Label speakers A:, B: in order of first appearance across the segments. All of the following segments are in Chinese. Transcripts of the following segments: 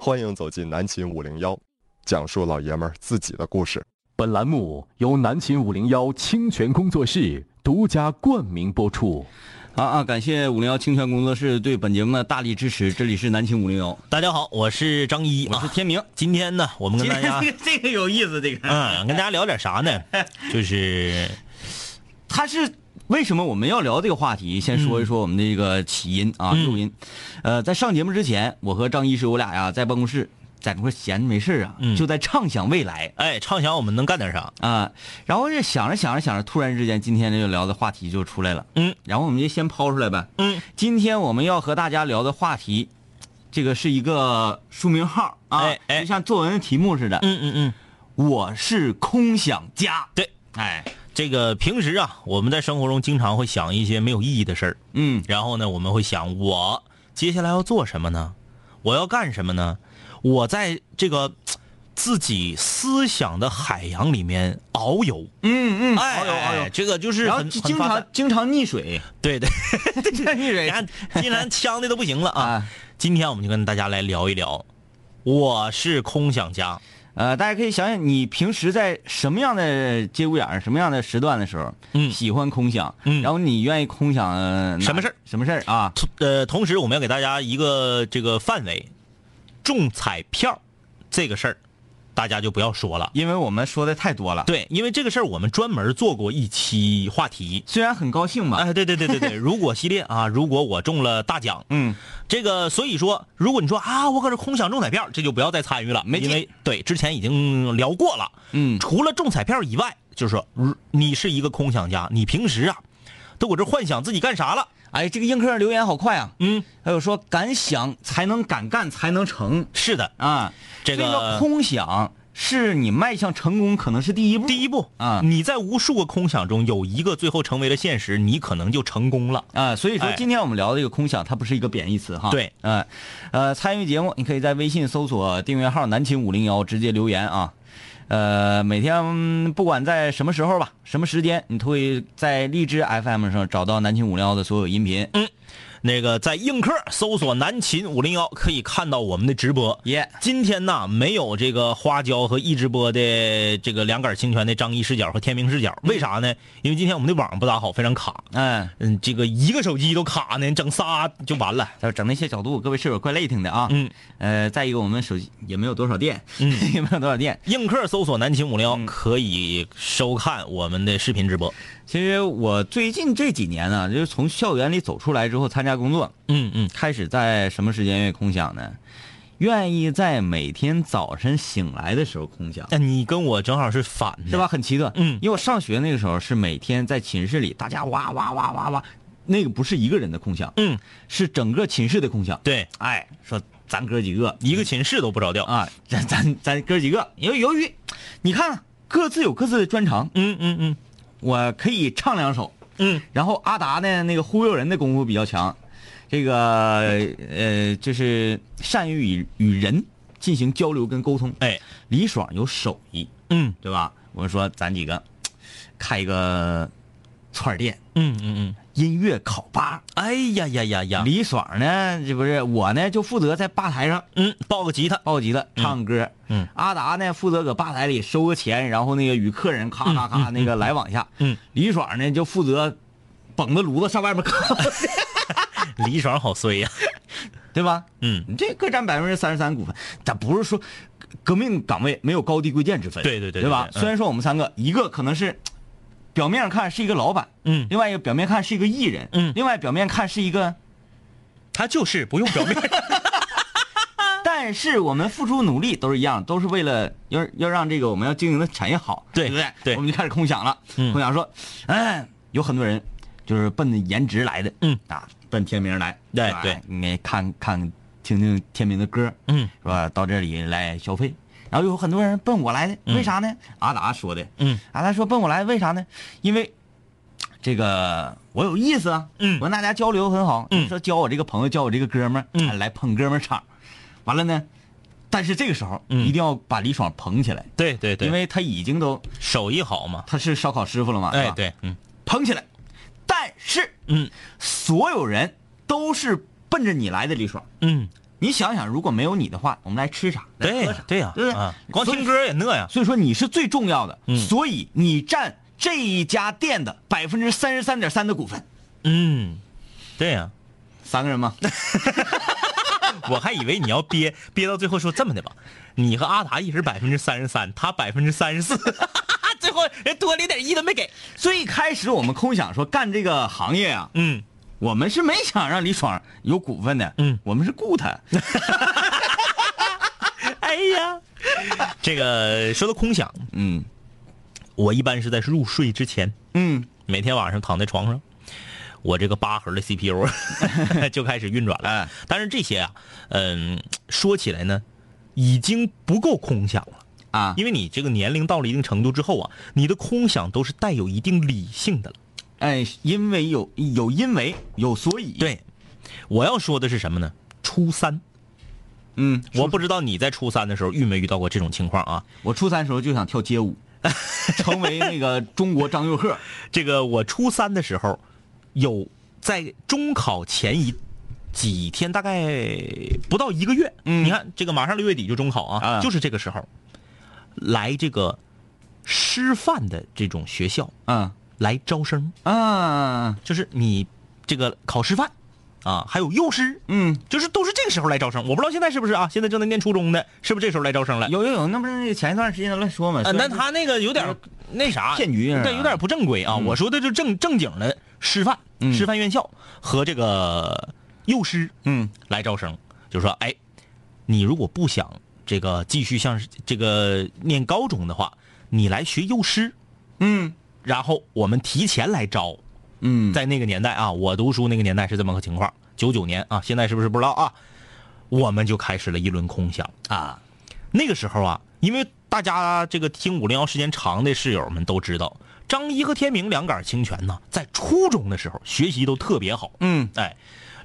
A: 欢迎走进南秦五零幺，讲述老爷们儿自己的故事。
B: 本栏目由南秦五零幺清泉工作室独家冠名播出。
C: 啊啊！感谢五零幺清泉工作室对本节目的大力支持。这里是南青五零幺，啊
D: 大家好，我是张一，啊
C: 我是天 明。
D: 今天呢，我们跟大家，
C: 这个有意思，这个
D: 嗯，跟大家聊点啥 呢？就是
C: 他是为什么我们要聊这个话题？先说一说我们这个起因啊，
D: 嗯
C: 诱因。呃，在上节目之前，我和张医师我俩呀、在办公室在那块闲着没事啊，
D: 嗯
C: 就在畅想未来
D: 哎，畅想我们能干点啥？
C: 啊。然后这想着想着想着，突然之间今天这就聊的话题就出来了。
D: 嗯，
C: 然后我们就先抛出来呗。
D: 嗯，
C: 今天我们要和大家聊的话题，这个是一个书名号啊，
D: 哎哎
C: 就像作文的题目似的。
D: 嗯嗯嗯，
C: 我是空想家。
D: 对，
C: 哎，
D: 这个平时啊，我们在生活中经常会想一些没有意义的事儿，
C: 嗯，
D: 然后呢，我们会想我接下来要做什么呢？我要干什么呢？我在这个嘖自己思想的海洋里面遨游，
C: 嗯嗯，
D: 哎
C: 遨游遨游
D: 哎，这个就是
C: 然后
D: 很
C: 就
D: 很
C: 经
D: 发
C: 常
D: 散
C: 经常溺 水，
D: 对对，
C: 经常溺
D: 你
C: 水
D: 看竟然呛的都不行了 啊！
C: 啊。
D: 今天我们就跟大家来聊一聊，我是空想家。
C: 呃，大家可以想想，你平时在什么样的节骨眼儿、什么样的时段的时候，
D: 嗯
C: 喜欢空想，
D: 嗯
C: 然后你愿意空想呃
D: 什
C: 哪
D: 么事儿
C: 什么事儿啊？
D: 同呃，同时我们要给大家一个这个范围，中彩票这个事儿，大家就不要说了。
C: 因为我们说的太多了，，
D: 对，因为这个事儿我们专门做过一期话题。
C: 虽然很高兴吧，
D: 哎，对对对对对，如果系列啊，如果我中了大奖，
C: 嗯，
D: 这个所以说，如果你说啊，我搁这空想中彩票，这就不要再参与了，
C: 没劲
D: 因为对之前已经聊过了。
C: 嗯
D: 除了中彩票以外，就是说如你是一个空想家，你平时啊都搁这幻想自己干啥了，
C: 哎，这个映客上留言好快啊，
D: 嗯，
C: 还有说敢想才能敢干才能成
D: 是的，
C: 啊，
D: 这
C: 所以
D: 个
C: 说空想是你迈向成功可能是第一步，
D: 第一步
C: 啊
D: 你在无数个空想中有一个最后成为了现实，你可能就成功了。
C: 啊，所以说
D: 哎
C: 今天我们聊的这个空想，它不是一个贬义词哈。
D: 对，
C: 嗯，呃，参与节目，你可以在微信搜索订阅号“南秦五零幺”，直接留言啊。呃，每天嗯不管在什么时候吧，什么时间，你都会在荔枝 FM 上找到“南秦五零幺”的所有音频。
D: 那个在映客搜索“南秦五零幺”，可以看到我们的直播。
C: 耶、
D: 今天呢，没有这个花椒和一直播的这个两杆清泉的张一视角和天明视角，为啥呢？因为今天我们的网不咋好，非常卡。
C: 嗯，
D: 嗯，这个一个手机都卡呢，整仨就完了。
C: 再整那些角度，各位室友怪累挺的啊。
D: 嗯，
C: 呃，再一个我们手机也没有多少电，
D: 嗯
C: 也没有多少电，
D: 映客搜索“南秦五零幺”，可以收看我们的视频直播。
C: 其实我最近这几年呢、就是从校园里走出来之后参加工作，
D: 嗯嗯，
C: 开始在什么时间愿意空想呢？愿意在每天早晨醒来的时候空想，
D: 那哎你跟我正好是反的，
C: 是？吧？很奇特，
D: 嗯
C: 因为我上学那个时候是每天在寝室里，大家哇哇哇哇哇，那个不是一个人的空想，
D: 嗯，
C: 是整个寝室的空想。，
D: 对，
C: 哎，说咱哥几个
D: 一个寝室都不着调。
C: 啊，咱咱咱哥几个，因为由于你看啊各自有各自的专长，
D: 嗯嗯嗯
C: 我可以唱两首，
D: 嗯，
C: 然后阿达呢，那个忽悠人的功夫比较强，这个呃，就是善于与与人进行交流跟沟通。
D: 哎，
C: 李爽有手艺，
D: 嗯
C: 对吧？我们说咱几个开一个串儿店，
D: 嗯嗯嗯，
C: 音乐烤吧。
D: 哎呀呀呀呀，
C: 李爽呢，这不是我呢，就负责在吧台上
D: 嗯，抱个吉他，
C: 抱吉他唱歌。
D: 嗯
C: 阿达呢，负责搁吧台里收个钱，然后那个与客人咔咔咔那个来往一下。
D: 嗯，
C: 李爽呢就负责绷着炉子上外面烤，
D: 李爽好衰呀。
C: 对吧？
D: 嗯，
C: 你这各占百分之三十三股份，咱不是说革命岗位没有高低贵贱之分，
D: 对对
C: 对，
D: 对
C: 吧？
D: 对嗯
C: 虽然说我们三个，一个可能是表面上看是一个老板，
D: 嗯
C: 另外一个表面看是一个艺人，
D: 嗯
C: 另外表面看是一个，
D: 他就是不用表面。
C: 但是我们付出努力都是一样，都是为了要要让这个我们要经营的产业好，
D: 对
C: 不对？
D: 对
C: 我们就开始空想了，
D: 嗯
C: 空想说，哎，有很多人就是奔着颜值来的，
D: 嗯
C: 啊，奔天明来，
D: 对
C: 是吧
D: 对
C: 你看看听听天明的歌，
D: 嗯
C: 是吧？到这里来消费，然后有很多人奔我来的，为啥呢？阿达说的，
D: 嗯，
C: 阿达说奔我来的为啥呢？因为这个我有意思啊，
D: 嗯
C: 我跟大家交流很好，
D: 嗯
C: 说交我这个朋友，交我这个哥们儿，
D: 嗯
C: 哎来捧哥们儿场，完了呢，但是这个时候、
D: 嗯
C: 一定要把李爽捧起来，
D: 对对对，
C: 因为他已经都
D: 手艺好嘛。
C: 他是烧烤师傅了嘛，是
D: 哎，
C: 吧，
D: 对，嗯
C: 捧起来，但是
D: 嗯
C: 所有人都是奔着你来的，李爽。
D: 嗯，
C: 你想想，如果没有你的话，我们来吃啥？来
D: 对
C: 喝
D: 呀
C: 啥
D: 对呀，
C: 对不对
D: 啊，光
C: 所以
D: 听歌也饿呀。
C: 所以说你是最重要的，
D: 嗯
C: 所以你占这一家店的百分之三十三点三的股份，
D: 嗯，对呀，
C: 三个人 吗？
D: 我还以为你要憋憋到最后说这么的吧，你和阿达一人百分之三十三，他百分之三十四， 最后人多零点一都没给。
C: 最开始我们空想说干这个行业啊，
D: 嗯，
C: 我们是没想让李爽有股份的，
D: 嗯
C: 我们是雇他，
D: 哎呀，这个说到空想，
C: 嗯
D: 我一般是在入睡之前，
C: 嗯，
D: 每天晚上躺在床上，我这个八核 的 CPU 就开始运转了
C: 哎。
D: 但是这些啊，嗯，说起来呢，已经不够空想了。
C: 啊，
D: 因为你这个年龄到了一定程度之后啊，你的空想都是带有一定理性的了。
C: 哎，因为有有因为有所以，，
D: 对，我要说的是什么呢？初三，
C: 嗯，
D: 我不知道你在初三的时候遇没遇到过这种情况啊？
C: 我初三时候就想跳街 舞，成为那个中国张佑赫，
D: 这个我初三的时候，有在中考前一几天，大概不到一个月，
C: 嗯
D: 你看这个马上六月底就中考啊，
C: 啊
D: 就是这个时候，来这个师范的这种学校
C: 嗯
D: 来招生，
C: 啊，
D: 就是你这个考师范啊，还有幼师，
C: 嗯，
D: 就是都是这个时候来招生。我不知道现在是不是啊？现在正在念初中的，是不是这时候来招生了？
C: 有有有，那不是前一段时间乱说嘛，
D: 啊，
C: 虽
D: 那
C: 然
D: 他那个有点儿呃那啥
C: 骗局是吧
D: 对，有点儿不正规啊。我说的就正正经的师范、师范院校和这个幼师，
C: 嗯，
D: 来招生，就说哎，你如果不想这个继续像是这个念高中的话，你来学幼师，
C: 嗯
D: 然后我们提前来招。
C: 嗯
D: 在那个年代啊，我读书那个年代是这么个情况，九九年啊，现在是不是不知道啊？我们就开始了一轮空想。
C: 啊，
D: 那个时候啊，因为大家这个听五零幺时间长的室友们都知道，张一和天明两杆儿清泉呢，在初中的时候学习都特别好。
C: 嗯
D: 哎，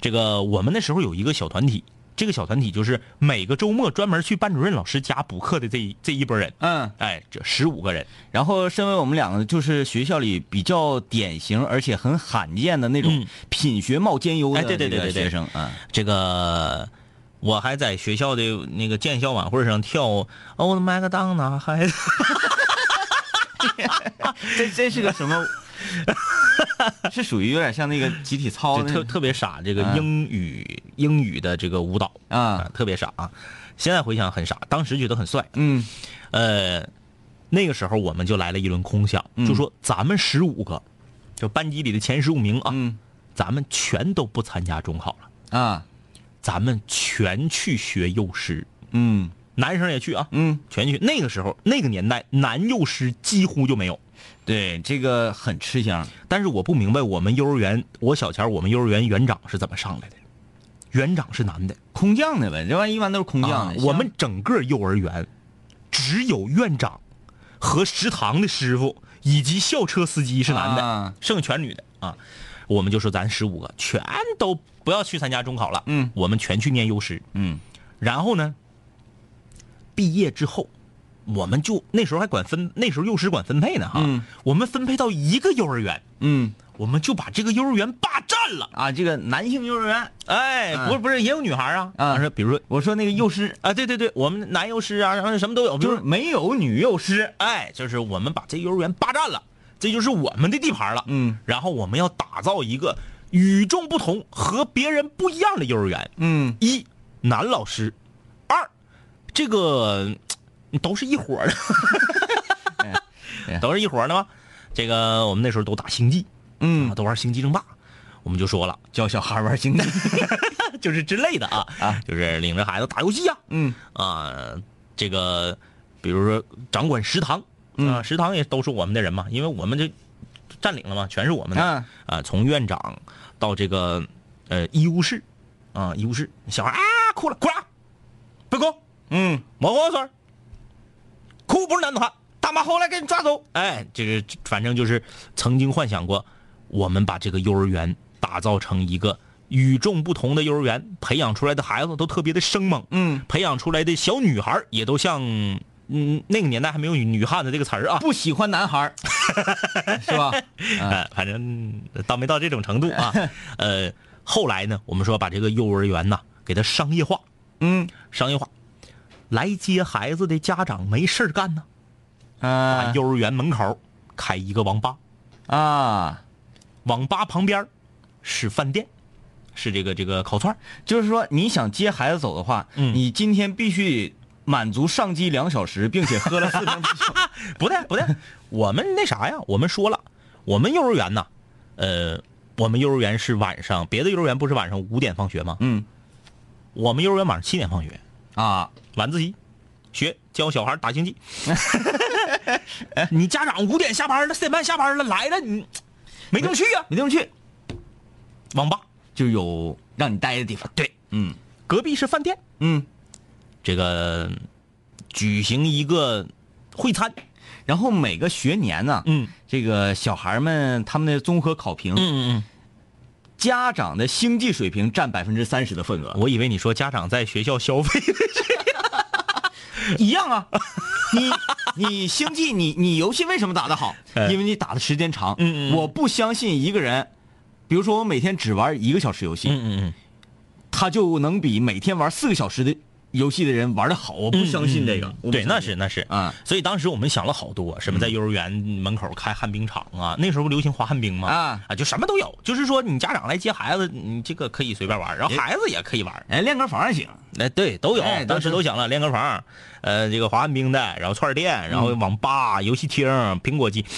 D: 这个我们那时候有一个小团体，这个小团体就是每个周末专门去班主任老师家补课的这一这一拨人。
C: 嗯，
D: 哎，这十五个人，
C: 然后，身为我们两个就是学校里比较典型而且很罕见的那种
D: 嗯
C: 品学貌兼优的
D: 哎对对对
C: 这个
D: 对对
C: 学生 啊，
D: 这个我还在学校的那个建校晚会上跳欧的麦克当拿还
C: 这这是个什么？ 是属于有点像那个集体操
D: 就
C: 那
D: 特
C: 种
D: 特别傻，这个
C: 嗯
D: 英语、英语的这个舞蹈
C: 啊，
D: 特别傻啊。现在回想很傻，当时觉得很帅。
C: 嗯
D: 呃，那个时候我们就来了一轮空想，就说咱们十五个，就班级里的前十五名啊，
C: 嗯
D: 咱们全都不参加中考了，
C: 啊
D: 咱们全去学幼师，
C: 嗯
D: 男生也去啊，
C: 嗯，
D: 全去。那个时候那个年代，男幼师几乎就没有。
C: 对，这个很吃香。
D: 但是我不明白，我们幼儿园，我小前儿我们幼儿园园长是怎么上来的？园长是男的，
C: 空降的呗，这玩意一般都是空降
D: 啊
C: 的。，
D: 我们整个幼儿园只有院长和食堂的师傅以及校车司机是男的，
C: 啊
D: 剩全女的啊。我们就说咱十五个全都不要去参加中考了，
C: 嗯，
D: 我们全去念幼师，
C: 嗯
D: 然后呢，毕业之后，我们就那时候还管分，那时候幼师管分配呢哈，
C: 嗯
D: 我们分配到一个幼儿园，
C: 嗯
D: 我们就把这个幼儿园霸占了。
C: 啊，这个男性幼儿园，
D: 哎，
C: 嗯
D: 不是不是，也有女孩啊，
C: 嗯
D: 是比如说
C: 我说那个幼师
D: 啊，对对对，我们男幼师啊，然后什么都有，比如
C: 就
D: 说
C: 是没有女幼师，
D: 哎，就是我们把这幼儿园霸占了，这就是我们的地盘了。
C: 嗯，
D: 然后我们要打造一个与众不同、和别人不一样的幼儿园。
C: 嗯
D: 一男老师，二这个嗯都是一伙儿
C: 哎
D: 的， 都是一伙儿的吗？这个我们那时候都打星际，啊，
C: 嗯，
D: 都玩星际争霸，我们就说了，
C: 教小孩玩星际，
D: 就是之类的啊，
C: 啊
D: 就是领着孩子打游戏呀、
C: 嗯
D: 啊，这个比如说掌管食堂，
C: 嗯
D: 啊，食堂也都是我们的人嘛，因为我们这占领了嘛，全是我们的
C: 啊
D: 啊，从院长到这个呃医务室啊，医务室小孩啊哭了哭了，别哭，
C: 嗯
D: 抹口水儿，哭不是男子汉，大妈后来给你抓走。哎，这个反正就是曾经幻想过，我们把这个幼儿园打造成一个与众不同的幼儿园，培养出来的孩子都特别的生猛，
C: 嗯，
D: 培养出来的小女孩儿也都像，嗯，那个年代还没有“女汉子”这个词儿啊，
C: 不喜欢男孩 儿，是吧？嗯
D: 哎，反正到没到 这种程度啊。呃，后来呢，我们说把这个幼儿园呐、给它商业化，
C: 嗯
D: 商业化。来接孩子的家长没事儿干呢，
C: 啊
D: 把幼儿园门口开一个网吧，
C: 啊，
D: 网吧旁边儿是饭店，是这个这个烤串儿
C: 就是说你想接孩子走的话，
D: 嗯
C: 你今天必须满足上机两小时，并且喝了四瓶啤 酒。
D: 不对不对，我们那啥呀，我们说了，我们幼儿园呐，呃，我们幼儿园是晚上，别的幼儿园不是晚上五点放学吗？
C: 嗯
D: 我们幼儿园晚上七点放学，
C: 啊，
D: 晚自习，学教小孩 打星际。哎你家长五点下班了，四点半下班了，来了你没地儿去呀、
C: 没地方去，
D: 网吧
C: 就有让你待的地方。
D: 对，
C: 嗯
D: 隔壁是饭店，
C: 嗯，
D: 这个举行一个会餐，
C: 然后每个学年呢，
D: 嗯
C: 这个小孩们他们的综合考评，
D: 嗯
C: 家长的星际水平占百分之三十的份额。
D: 我以为你说家长在学校消费，
C: 啊一样啊。你 你星际你你游戏为什么打得好？
D: 哎
C: 因为你打的时间长。
D: 嗯嗯嗯
C: 我不相信一个人，比如说我每天只玩一个小时游戏，
D: 嗯嗯，
C: 他就能比每天玩四个小时的游戏的人玩的好。我不相信这个。我不
D: 嗯对，
C: 相
D: 那
C: 信
D: 是那是
C: 啊嗯
D: 所以当时我们想了好多，什么在幼儿园门口开旱冰场啊，那时候不流行滑旱冰吗？
C: 啊
D: 啊，就什么都有，就是说你家长来接孩子，你这个可以随便玩，然后孩子也可以玩。
C: 哎，练歌房也行。
D: 哎，对，都有
C: 哎，
D: 当时
C: 都
D: 都想了，练歌房，呃，这个滑旱冰的，然后串儿店，然后
C: 嗯
D: 网吧、游戏厅、苹果机。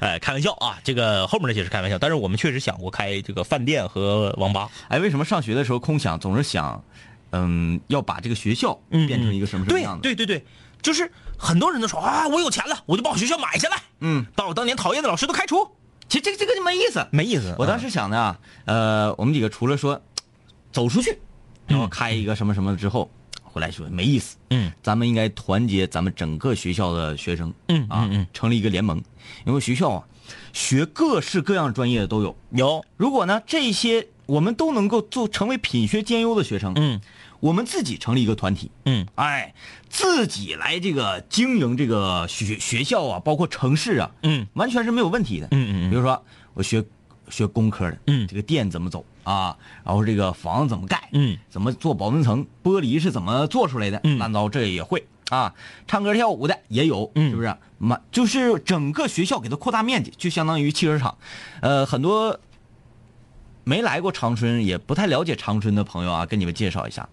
D: 哎，开玩笑啊，这个后面那些是开玩笑，但是我们确实想过开这个饭店和网吧。
C: 哎，为什么上学的时候空想总是想，嗯，要把这个学校
D: 嗯
C: 变成一个什么什么
D: 对
C: 样子？
D: 对对对，就是很多人都说啊，我有钱了，我就把我学校买下来，
C: 嗯，
D: 把我当年讨厌的老师都开除，
C: 其实这个这个就没意思。
D: 没意思。
C: 我当时想的啊，呃，我们几个除了说走出去，然后开一个什么什么之后，回来说没意思，
D: 嗯，
C: 咱们应该团结咱们整个学校的学生，
D: 嗯
C: 啊，
D: 嗯嗯
C: 成立一个联盟，因为学校啊，学各式各样专业的都有。
D: 嗯有，
C: 如果呢，这些我们都能够做成为品学兼优的学生，
D: 嗯
C: 我们自己成立一个团体，
D: 嗯
C: 哎，自己来这个经营这个学学校啊，包括城市啊，
D: 嗯，
C: 完全是没有问题的。
D: 嗯嗯嗯
C: 比如说我学学工科的，
D: 嗯
C: 这个电怎么走啊，然后这个房子怎么盖，
D: 嗯，
C: 怎么做保温层，玻璃是怎么做出来的，
D: 嗯
C: 烂糟这也会啊，唱歌跳舞的也有，
D: 嗯
C: 是不是？满就是整个学校给它扩大面积，就相当于汽车厂，呃，很多。没来过长春，也不太了解长春的朋友啊，跟你们介绍一下，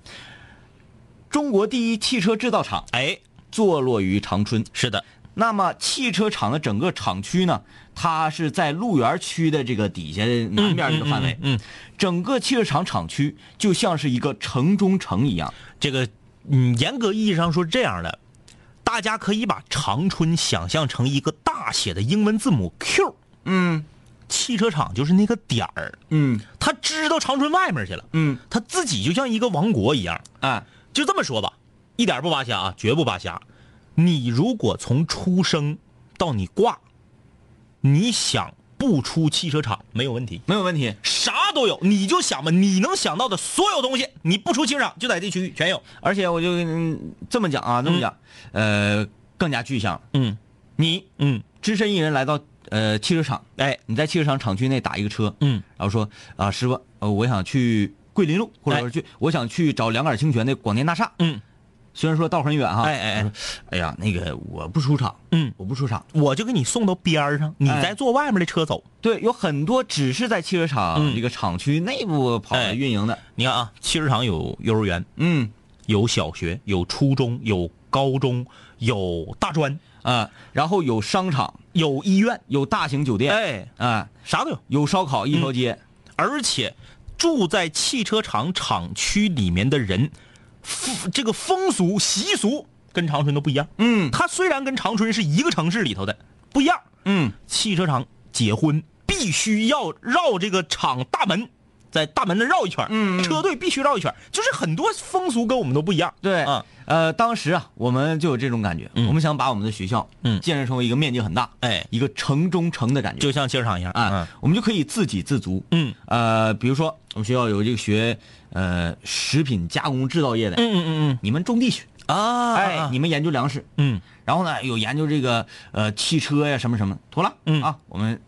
C: 中国第一汽车制造厂
D: 哎，
C: 坐落于长春。
D: 是的，
C: 那么汽车厂的整个厂区呢，它是在路园区的这个底下的南边这个范围。
D: 嗯嗯嗯嗯
C: 整个汽车厂厂区就像是一个城中城一样。
D: 这个嗯，严格意义上说是这样的，大家可以把长春想象成一个大写的英文字母 Q，
C: 嗯
D: 汽车厂就是那个点儿，
C: 嗯
D: 他支到长春外面去了，
C: 嗯，
D: 他自己就像一个王国一样。
C: 哎
D: 就这么说吧，一点不扒瞎啊，绝不扒瞎。你如果从出生到你挂，你想不出汽车厂没有问题，
C: 没有问题。
D: 啥都有，你就想吧，你能想到的所有东西，你不出汽车厂就在这区域全有。
C: 而且我就嗯这么讲啊，这么讲，呃，更加具象。
D: 嗯
C: 你
D: 嗯，
C: 只身一人来到呃汽车厂，
D: 哎
C: 你在汽车厂厂区内打一个车，
D: 嗯，
C: 然后说啊、师傅，呃，我想去桂林路，或者
D: 哎
C: 说去，我想去找两杆清泉的广电大厦，
D: 嗯，
C: 虽然说道很远哈，
D: 哎哎哎
C: 我说，哎呀，那个我不出场，
D: 嗯
C: 我不出场。
D: 我就给你送到边儿上，你
C: 哎
D: 再坐外面的车走。
C: 对，有很多只是在汽车厂
D: 嗯
C: 这个厂区内部跑
D: 哎
C: 来运营的，
D: 你看啊，汽车厂有幼儿园，
C: 嗯
D: 有小学，有初中，有高中，有大专，
C: 啊，然后有商场，
D: 有医院，
C: 有大型酒店，
D: 哎，嗯
C: 啊，
D: 啥都有。
C: 有烧烤一条街，
D: 而且住在汽车厂厂区里面的人，风这个风俗习俗跟长春都不一样。
C: 嗯
D: 它虽然跟长春是一个城市里头的，不一样。
C: 嗯，
D: 汽车厂结婚必须要绕这个厂大门，在大门那绕一圈，嗯，车队必须绕一圈，就是很多风俗跟我们都不一样。
C: 对，
D: 啊，
C: 呃，当时啊，我们就有这种感觉，我们想把我们的学校，
D: 嗯
C: 建设成为一个面积很大，
D: 哎
C: 一个城中城的感觉，
D: 就像汽车厂一样
C: 啊，我们就可以自给自足，
D: 嗯，
C: 呃，比如说我们学校有这个学，呃，食品加工制造业的，
D: 嗯嗯嗯
C: 你们种地去，
D: 嗯啊，
C: 哎，你们研究粮食，
D: 嗯
C: 然后呢有研究这个呃汽车呀什么什么，妥了，
D: 嗯
C: 啊，我们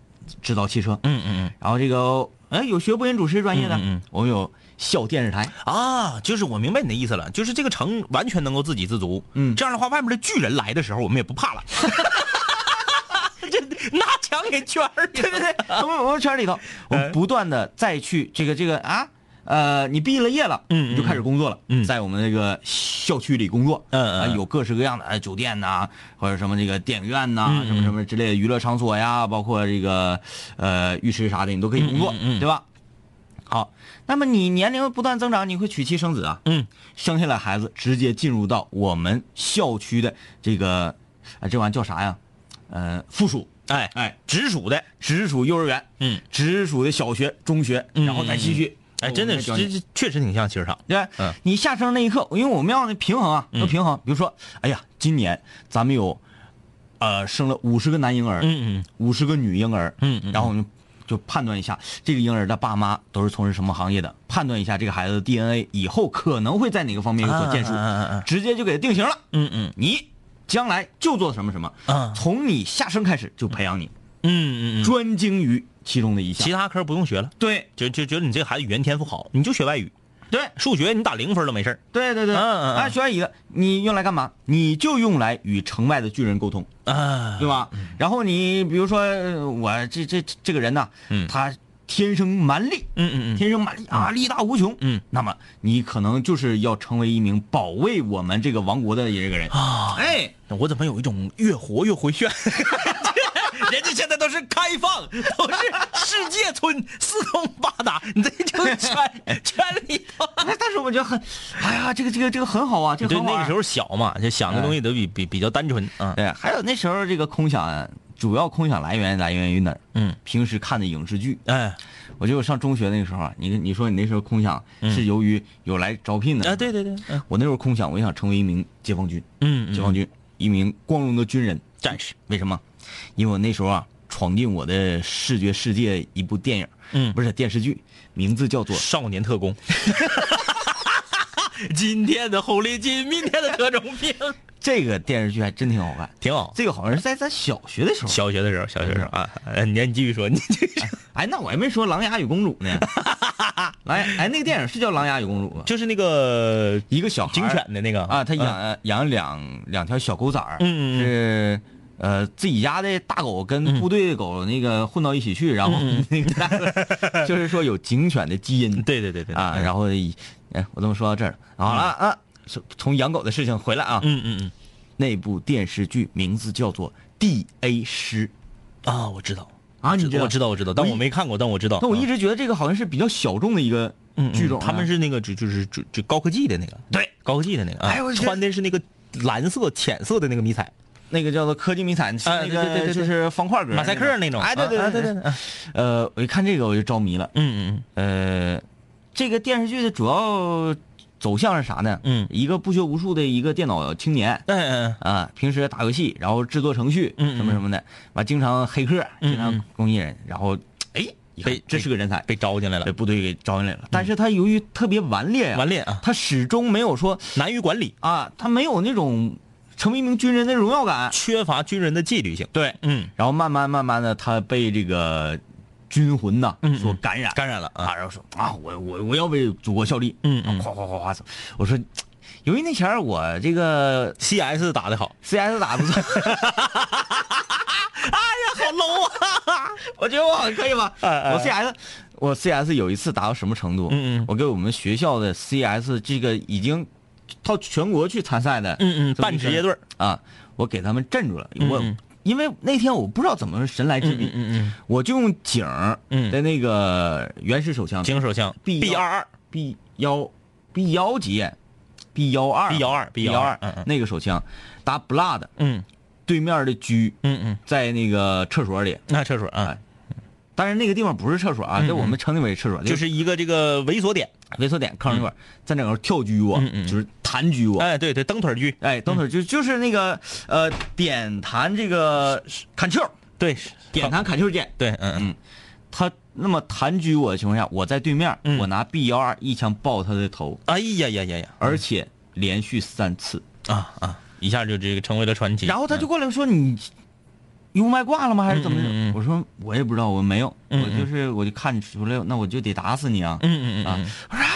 C: 制造汽车，
D: 嗯嗯嗯
C: 然后这个哎有学播音主持专业的，
D: 嗯嗯嗯
C: 我们有校电视台。
D: 啊，就是我明白你的意思了，就是这个城完全能够自给自足。
C: 嗯
D: 这样的话，外面的巨人来的时候，我们也不怕 了。这拿墙给圈 儿，对对对，
C: 我们我们圈里头，我
D: 哎
C: 们不断的再去这个这个啊，呃，你毕了业了，
D: 嗯嗯
C: 你就开始工作了，
D: 嗯
C: 在我们这个校区里工作，
D: 嗯嗯
C: 啊有各式各样的哎酒店呐、或者什么这个电影院呐、
D: 嗯嗯
C: 什么什么之类的娱乐场所呀，包括这个呃浴池啥的，你都可以工作，
D: 嗯嗯嗯
C: 对吧？好，那么你年龄不断增长，你会娶妻生子啊，
D: 嗯，
C: 生下来孩子直接进入到我们校区的这个，啊，这玩意儿叫啥呀？呃，附属，
D: 哎
C: 哎，
D: 直属的，
C: 直属幼儿园，
D: 嗯，
C: 直属的小学、中学，
D: 嗯
C: 然后再继续。哦
D: 哎，真的是，这
C: 对
D: 这确实挺像汽车厂。
C: 吧，
D: 嗯
C: 你下生那一刻，因为我们要平衡啊，要平衡。比如说，哎呀，今年咱们有，呃，生了五十个男婴儿，
D: 嗯嗯
C: 五十个女婴儿，
D: 嗯嗯
C: 然后我们就判断一下这个婴儿的爸妈都是从事什么行业的，判断一下这个孩子的 DNA 以后可能会在哪个方面有所建树
D: 啊啊啊啊啊，
C: 直接就给他定型了。
D: 嗯嗯
C: 你将来就做什么什么
D: 啊，
C: 从你下生开始就培养你，
D: 嗯嗯嗯，
C: 专精于其中的一项。
D: 其他科不用学了，
C: 对
D: 就就觉得你这孩子语言天赋好，你就学外语，
C: 对
D: 数学你打零分都没事儿。
C: 对对对，
D: 嗯嗯嗯
C: 啊，学完一个，你用来干嘛？你就用来与城外的巨人沟通，
D: 啊，
C: 对吧？然后你比如说呃我这这这个人呐、
D: 嗯
C: 他天生蛮力，
D: 嗯嗯嗯，
C: 天生蛮力啊，力大无穷，
D: 嗯，
C: 那么你可能就是要成为一名保卫我们这个王国的这个人啊，哎，
D: 我怎么有一种越活越回旋？ 人家现在都是开放，都是世界村，四通八达，你这就圈圈里头。
C: 哎但是我觉得很，哎呀，这个这个这个很好啊，这个
D: 对，
C: 很好
D: 那
C: 玩
D: 个时候小嘛，就想的东西都比比比较单纯啊。
C: 对，还有那时候这个空想，主要空想来源来源于哪儿？
D: 嗯，
C: 平时看的影视剧，
D: 哎，
C: 我就上中学那个时候啊，你你说你那时候空想是由于有来招聘的
D: 嗯啊，对对对，嗯
C: 我那时候空想，我想成为一名解放军，
D: 嗯
C: 解放军，一名光荣的军人
D: 战士。
C: 为什么？因为我那时候啊，闯进我的视觉世界一部电影，
D: 嗯
C: 不是电视剧，名字叫做《
D: 少年特工。 今天的红领巾，明天的特种兵，
C: 这个电视剧还真挺好看。
D: 挺好。
C: 这个好像是在咱小学的时候，
D: 小学的时候，小学的时候啊，哎你你继续说，你继续说
C: 哎，那我还没说《琅琊与公主》呢。来，哎，那个电影是叫《琅琊与公主》啊吧？
D: 就是那个
C: 一个小孩儿
D: 警犬的那个
C: 啊，他
D: 嗯
C: 养养两两条小狗崽儿，
D: 嗯嗯嗯嗯
C: 是呃自己家的大狗跟部队的狗那个混到一起去，然后那个大狗就是说有警犬的基因，
D: 对对对对
C: 啊，
D: 嗯
C: 然后一哎，我怎么说到这儿了？好了啊，从从养狗的事情回来啊，
D: 嗯嗯
C: 那部电视剧名字叫做《D.A. 师
D: 嗯啊，我知道
C: 啊你
D: 知
C: 知道
D: 我知道我知道，但我没看过，但我知道》，。
C: 那我
D: 嗯
C: 一直觉得这个好像是比较小众的一个
D: 嗯嗯
C: 剧种啊，
D: 他们是那个就就是就就高科技的那个，对，高科技的那个，啊
C: 哎我觉得
D: 穿的是那个蓝色浅色的那个迷彩，
C: 那个叫做科技迷彩，是
D: 啊
C: 那
D: 对对对
C: 个
D: 对对
C: 就是方块格
D: 马赛克那种
C: 哎，对对
D: 啊
C: 对
D: 啊对
C: 对，呃，我一看这个我就着迷了。
D: 嗯
C: 呃，这个电视剧的主要走向是啥呢？
D: 嗯
C: 一个不学无术的一个电脑青年
D: 嗯嗯
C: 啊，平时打游戏，然后制作程序，
D: 嗯嗯
C: 什么什么的，完经常黑客，
D: 嗯
C: 经常攻击人，然后哎，一看
D: 被
C: 这是个人才，
D: 被招进来
C: 被
D: 了，
C: 部队给招进来了。但是他由于特别顽劣呀，
D: 顽劣啊，
C: 他始终没有说
D: 难于管理，
C: 啊，他没有那种成为一名军人的荣耀感。
D: 缺乏军人的纪律性，
C: 对，
D: 嗯，
C: 然后慢慢慢慢的，他被这个军魂呐
D: 嗯嗯
C: 所感染，
D: 感染了啊，
C: 啊，然后说啊，我我我要为祖国效力，
D: 嗯
C: 然
D: 嗯
C: 后哗哗哗哗走。我说，由于那前儿我这个
D: ，CS 打的好，
C: CS 打得 哎不错，
D: 好 low 啊，
C: 我觉得我好像可以吧。
D: 哎哎
C: 我 CS，我 CS 有一次打到什么程度？
D: 嗯嗯
C: 我给我们学校的 CS 这个已经到全国去参赛的，
D: 嗯嗯，
C: 这么一
D: 半职业队儿，
C: 个啊，我给他们镇住了。我
D: 嗯嗯
C: 因为那天我不知道怎么神来之笔，
D: 嗯
C: 我就用景儿
D: 嗯
C: 的那个原始手枪
D: 嗯，警手枪
C: B
D: B 二二
C: B 幺 B 幺级，B 幺二
D: B 幺二
C: B 幺
D: 二
C: 二，，
D: 嗯嗯
C: 那个手枪打 Blood
D: 嗯
C: 对面的狙
D: 嗯嗯，
C: 在那个厕所里，
D: 那厕所啊，
C: 但是那个地方不是厕所啊，
D: 嗯
C: 在我们称之为厕所，
D: 就是一个这个猥琐点，
C: 猥琐点坑那块儿，在那块儿跳狙我
D: 嗯嗯，嗯嗯
C: 就是弹狙我。
D: 哎，对对，蹬腿儿狙，
C: 哎，等会儿就就是那个呃，点弹这个 Ctrl，
D: 对，
C: 点弹 Ctrl 键，
D: 对，嗯嗯，
C: 他那么弹狙我的情况下，我在对面，
D: 嗯
C: 我拿 B 幺二一枪爆他的头，
D: 哎呀呀呀呀，
C: 而且连续三次。
D: 啊啊，一下就这个成为了传奇。
C: 然后他就过来说你用外挂了吗？还是怎么着？
D: 嗯嗯嗯嗯
C: 我说我也不知道，我没有，
D: 嗯嗯
C: 我就是我就看你出来，那我就得打死你啊！
D: 嗯，嗯嗯
C: 啊
D: 嗯，
C: 我说啊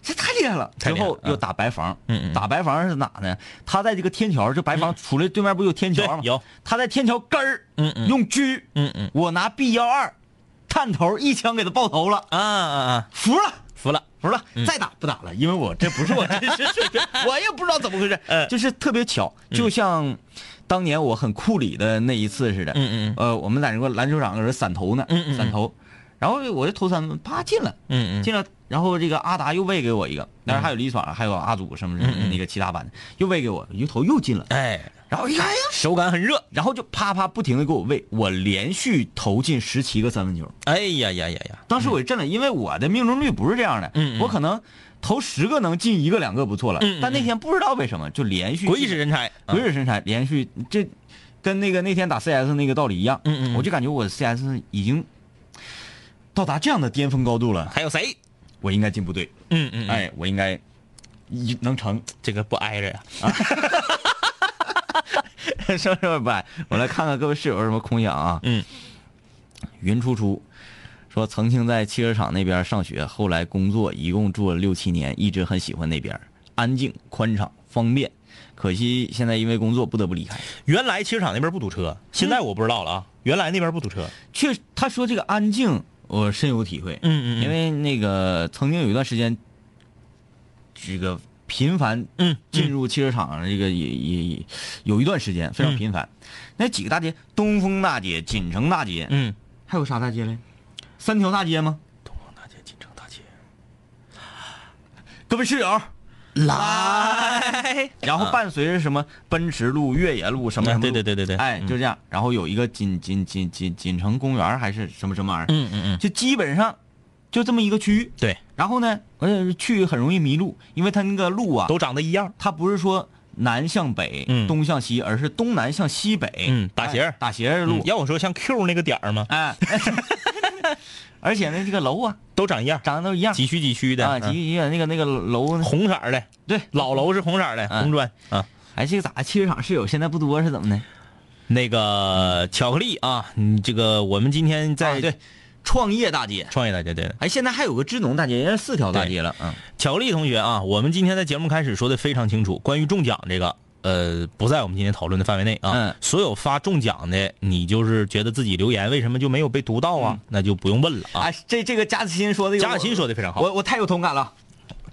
C: 这太厉害了。
D: 太
C: 之
D: 厉害了
C: 后又打白房，
D: 嗯嗯嗯
C: 打白房是哪呢？他在这个天桥，这白房出来对面不有天桥吗？
D: 对有。
C: 他在天桥根儿，
D: 嗯嗯
C: 用狙，
D: 嗯嗯
C: 我拿 B 幺二探头一枪给他爆头了，
D: 啊啊啊，
C: 服了。
D: 服了。嗯
C: 服了，再打不打了，因为我这不是我真 实水平， 我也不知道怎么回事，
D: 嗯
C: 就是特别巧，就像当年我很库里的那一次似的，
D: 嗯嗯
C: 呃，我们在那个篮球场搁这散投呢，
D: 嗯嗯嗯
C: 散投，然后我就投三分，啪进了，
D: 嗯嗯
C: 进了，然后这个阿达又喂给我一个，当然还有李爽，还有阿祖什么什
D: 嗯
C: 么那个其他班的又喂给我，一投又进了，
D: 哎，
C: 然后一看哎呀，
D: 手感很热。
C: 然后就啪啪不停的给我喂，我连续投进十七个三分球，
D: 哎呀呀呀呀！
C: 当时我就震了，因为我的命中率不是这样的，
D: 嗯嗯
C: 我可能投十个能进一个两个不错了，
D: 嗯嗯
C: 但那天不知道为什么就连续
D: 鬼使神差，嗯
C: 鬼使神差，连续这跟那个那天打 CS 那个道理一样，
D: 嗯嗯嗯
C: 我就感觉我 CS 已经到达这样的巅峰高度了，
D: 还有谁？
C: 我应该进部队，
D: 嗯嗯，哎，
C: 哎，我应该一能成，
D: 这个不挨着呀。
C: 什么什么吧，我来看看各位室友有什么空想啊，
D: 嗯，
C: 云初初说，曾经在汽车厂那边上学，后来工作，一共住了六七年，一直很喜欢那边，安静、宽敞、方便。可惜现在因为工作不得不离开。
D: 原来汽车厂那边不堵车，
C: 嗯
D: 现在我不知道了啊。原来那边不堵车。
C: 确，他说这个安静，我深有体会。
D: 嗯
C: 因为那个曾经有一段时间，这个频繁
D: 嗯
C: 进入汽车厂，这个也也也有一段时间非常频繁。那几个大街，东风大街、锦城大街，
D: 嗯，
C: 还有啥大街嘞？三条大街吗？
D: 东方大街、锦城大街，
C: 各位室友，来，然后伴随着什么奔驰路、越野路什么什么路，
D: 啊对对对对对
C: 哎，
D: 嗯
C: 就这样。然后有一个锦锦锦锦锦城公园还是什么什么玩意儿，
D: 嗯嗯嗯，
C: 就基本上就这么一个区域。
D: 对，
C: 然后呢，而且去很容易迷路，因为它那个路啊，
D: 都长得一样。
C: 它不是说南向北、
D: 嗯
C: 东向西，而是东南向西北，
D: 嗯打斜儿
C: 哎打斜儿的
D: 嗯
C: 路，
D: 要我说像 Q 那个点儿吗？
C: 哎， 而且呢，这个楼啊，
D: 都长一样，
C: 长得都一样
D: 几区几区的嗯
C: 啊，几几那个那个楼呢，
D: 红色儿的，
C: 对，
D: 老楼是红色儿的，
C: 嗯
D: 红砖啊。
C: 哎，这个咋汽车厂室友现在不多是怎么的？
D: 那个巧克力啊，嗯，这个我们今天在
C: 啊对，创业大街，
D: 创业大街对的。
C: 哎，现在还有个支农大街，人家四条大街了，嗯，
D: 巧克力同学啊，我们今天在节目开始说的非常清楚，关于中奖这个，呃，不在我们今天讨论的范围内啊。
C: 嗯
D: 所有发中奖的，你就是觉得自己留言为什么就没有被读到啊？那就不用问了啊。
C: 哎，这这个贾子欣说的，
D: 嘉欣说的非常好。
C: 我我太有同感了，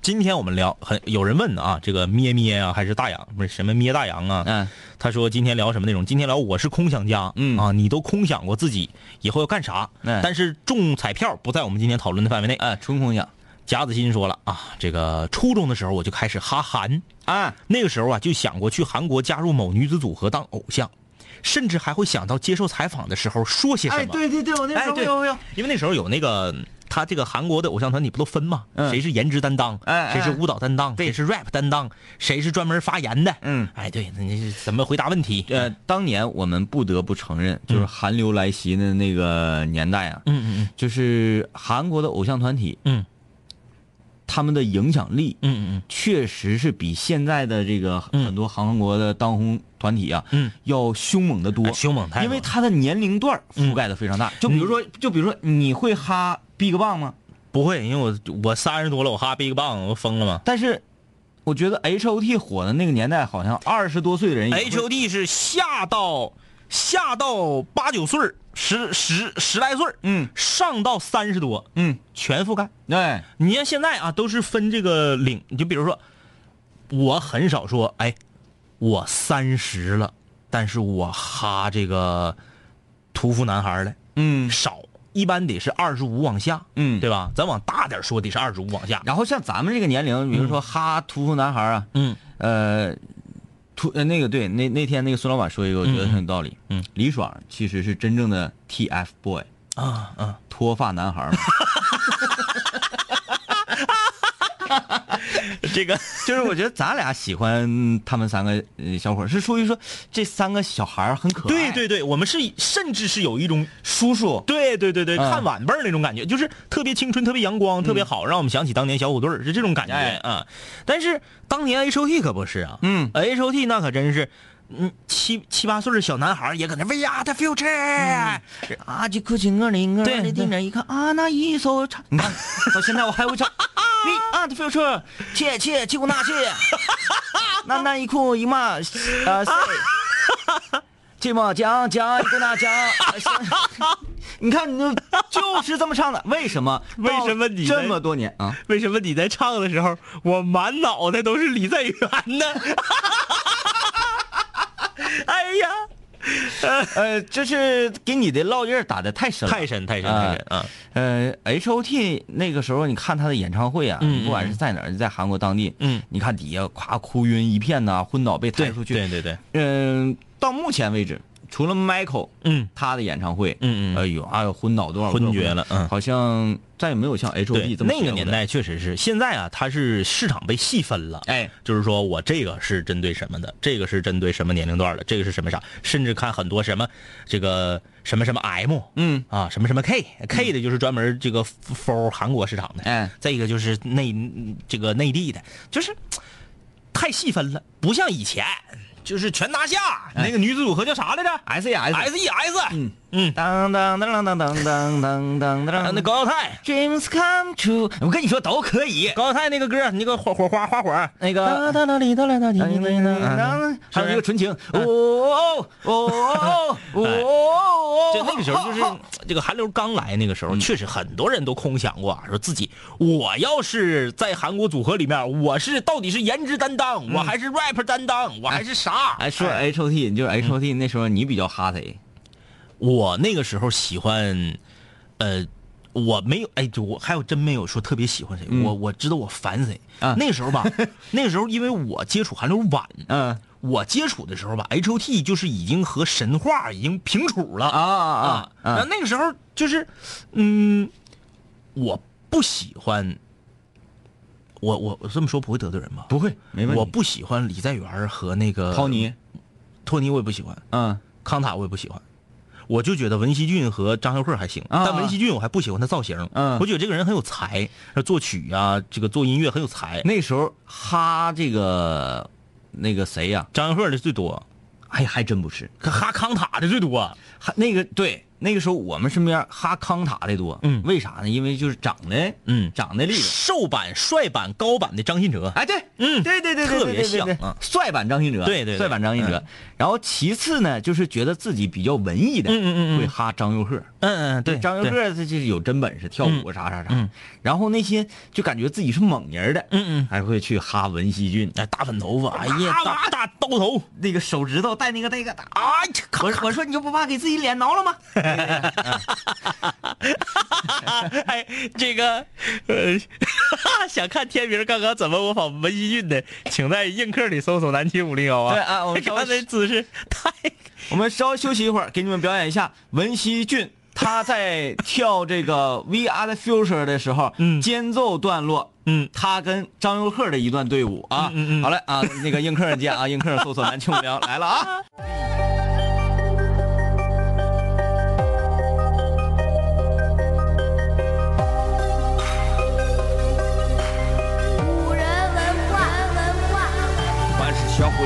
D: 今天我们聊，很有人问啊，这个咩咩啊，还是大洋不是什么咩大洋啊？
C: 嗯，
D: 他说今天聊什么内容？今天聊我是空想家，
C: 嗯
D: 啊，你都空想过自己以后要干啥？
C: 嗯
D: 但是中彩票不在我们今天讨论的范围内。
C: 哎，纯空想，
D: 贾子欣说了啊，这个初中的时候我就开始哈韩，
C: 啊，
D: 那个时候啊，就想过去韩国加入某女子组合当偶像，甚至还会想到接受采访的时候说些什么。
C: 哎，对对对，我那时
D: 哎
C: 候
D: 对
C: 有有有，
D: 因为那时候有那个他这个韩国的偶像团体不都分吗？
C: 嗯
D: 谁是颜值担当，
C: 哎哎
D: 谁是舞蹈担当，
C: 对
D: 谁是 rap 担当，谁是专门发言的。
C: 嗯
D: 哎，对，那你是怎么回答问题？嗯
C: 呃，当年我们不得不承认，就是韩流来袭的那个年代啊，
D: 嗯嗯
C: 就是韩国的偶像团体，
D: 嗯
C: 他们的影响力，
D: 嗯嗯嗯
C: 确实是比现在的这个
D: 嗯
C: 很多韩国的当红团体啊，
D: 嗯，
C: 要凶猛的多，
D: 哎凶猛太多嗯
C: 因为它的年龄段儿覆盖的非常大。就比如说，就比如说，你会哈 Big Bang 吗？
D: 不会，因为我我三十多了，我哈 Big Bang 我疯了吗
C: 但是，我觉得 H O T 火的那个年代，好像二十多岁的人也会
D: ？H O T 是下到下到八九岁儿十十十来岁儿
C: 嗯
D: 上到三十多，
C: 嗯，
D: 全覆盖。
C: 对，
D: 你像现在啊，都是分这个领，你就比如说，我很少说，哎，我三十了，但是我哈这个屠夫男孩的
C: 嗯。
D: 少，一般得是二十五往下，
C: 嗯
D: 对吧？咱往大点说，得是二十五往下。
C: 然后像咱们这个年龄，比如说哈屠夫男孩啊，
D: 嗯，
C: 呃，屠呃那个对，那那天那个孙老板说一个，我觉得很有道理。
D: 嗯嗯
C: 李爽其实是真正的 TF boy
D: 啊啊，
C: 脱发男 孩嘛，
D: 这个
C: 就是我觉得咱俩喜欢他们三个呃小伙儿，是属于说这三个小孩儿很可爱，
D: 对，对对，我们是甚至是有一种。
C: 叔叔，
D: 对对对对，
C: 嗯
D: 看晚辈儿那种感觉，就是特别青春、特别阳光、特别好，让我们想起当年小虎队儿是这种感觉
C: 哎
D: 啊。但是当年 H O T 可不是啊，
C: 嗯
D: ，H O T 那可真是，嗯，七七八岁的小男孩儿也搁那 We are the future，
C: 啊，就各情各零各
D: 嗯对嗯
C: 的
D: 对
C: 盯着一看啊，那一首唱，你看到现在我还会唱， We are the future，切切切古纳切， 那那一库一嘛，呃，
D: 啊
C: 这么讲讲一个那讲，呃 是你看你就就是这么唱的，为什么？
D: 为什么你
C: 到这
D: 们
C: 么多年啊？
D: 为什么你在唱的时候，我满脑袋都是李在元呢？ 哎呀，
C: 呃，这是给你的烙印儿打的太深了，
D: 太深太深太深啊！
C: 呃，H O T 那个时候，你看他的演唱会啊，
D: 嗯嗯
C: 不管是在哪儿，在韩国当地，
D: 嗯
C: 你看底下夸哭晕一片呐、昏倒被抬出去。
D: 对对对，
C: 嗯、到目前为止，除了 Michael
D: 嗯，
C: 他的演唱会，
D: 嗯嗯
C: 哎呦，哎呦，昏倒多少个
D: 昏厥了嗯
C: 好像再也没有像 H O
D: 对
C: T，这么
D: 那个
C: 邪乎的
D: 年，代确实是。现在啊，它是市场被细分了，
C: 哎，
D: 就是说我这个是针对什么的，这个是针对什么年龄段的，这个是什么啥，甚至看很多什么这个什么什么 M，
C: 嗯，
D: 啊，什么什么 K，K 的就是专门这个 for 韩国市场的，
C: 哎
D: 再一个就是内这个内地的，就是太细分了，不像以前就是全拿下。那个女子组合叫啥来着
C: S E 哎 S，
D: ？S E S，嗯嗯，
C: 当当当当当当当当当
D: 啊
C: 当，
D: 那高耀泰，
C: dreams come true，我跟你说都可以。
D: 高耀泰那个歌，那个火火花花火，那个啊
C: 哒哒哩哒啦哒哩哩啦，还有一个纯情，哦哦哦哦哦哦， 嗯
D: 就那个时候就是这个韩流刚来那个时候，确实很多人都空想过、啊，说自己我要是在韩国组合里面，我是到底是颜值担当，我还是 rap 担当，我还是啥？
C: 嗯哎，说 H O T，你就是 H O T，那时候你比较哈谁？
D: 我那个时候喜欢，呃，我没有，哎，就我还有真没有说特别喜欢谁，我我知道我烦谁。
C: 嗯啊
D: 那个时候 吧，那个时候因为我接触韩流晚，
C: 嗯
D: 我接触的时候吧，H O T 就是已经和神话已经平处了
C: 啊啊
D: 啊，然后那个时候就是，嗯，我不喜欢，我我我这么说不会得罪人吧？
C: 不会，没问
D: 我
C: 题。
D: 不喜欢李在元儿和那个
C: 涛，尼，
D: 托尼我也不喜欢，
C: 嗯
D: 康塔我也不喜欢。我就觉得文熙俊和张孝克还行，
C: 啊
D: 但文熙俊我还不喜欢他造型。
C: 嗯
D: 我觉得这个人很有才，作曲啊，这个做音乐很有才。
C: 那时候哈这个那个谁呀？
D: 张孝克的最多，
C: 哎，还真不是，
D: 可哈康塔的最多。啊
C: 哈那个对。那个时候我们身边哈康塔的多，
D: 嗯
C: 为啥呢？因为就是长得，
D: 嗯
C: 长得利索，
D: 瘦版、帅版、高版的张信哲，
C: 哎，对，
D: 嗯
C: 对对对对，
D: 特别
C: 对对对
D: 像
C: 对
D: 啊
C: 帅嗯版张信哲，
D: 对对对
C: 帅版张信哲。然后其次呢，就是觉得自己比较文艺的，
D: 嗯嗯嗯嗯
C: 会哈张佑赫，
D: 嗯嗯，对，
C: 张佑
D: 对，
C: 赫这就是有真本事，跳舞啥啥啥。
D: 嗯
C: 然后那些就感觉自己是猛人儿的，
D: 嗯嗯
C: 还会去哈文熙俊，
D: 哎，大粉头发，哎呀，
C: 哇
D: 大大刀头，
C: 那个手指头带那个那个的。
D: 哎呀，咔
C: 我我说你就不怕给自己脸挠了吗？
D: 哎，这个，呃，想看天明刚刚怎么模仿文熙俊的，请在映客里搜索南七五零幺啊。
C: 对啊 我们稍微
D: 刚才姿势太
C: 我们稍微休息一会儿，给你们表演一下文熙俊他在跳这个 We Are the Future 的时候，
D: 嗯
C: 间奏段落，
D: 嗯，
C: 他跟张佑赫的一段队伍啊，
D: 嗯嗯嗯
C: 好嘞啊，那个映客上见啊，映客上搜索南青无聊来了啊。
E: 古人文化，文化。
F: 凡是想毁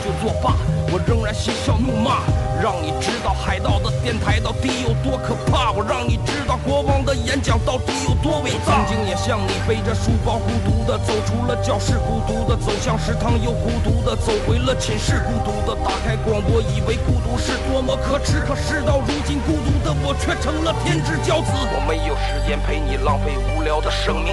F: 就作罢，我仍然嬉笑怒骂，让你知道海盗的电台到底有多可怕，我让你知道国王的演讲到底有多伟大。曾经也像你背着书包孤独的走出了教室，孤独的走向食堂，又孤独的走回了寝室，孤独的打开广播，以为孤独是多么可耻，可事到如今，孤独的我却成了天之骄子。我没有时间陪你浪费无聊的生命。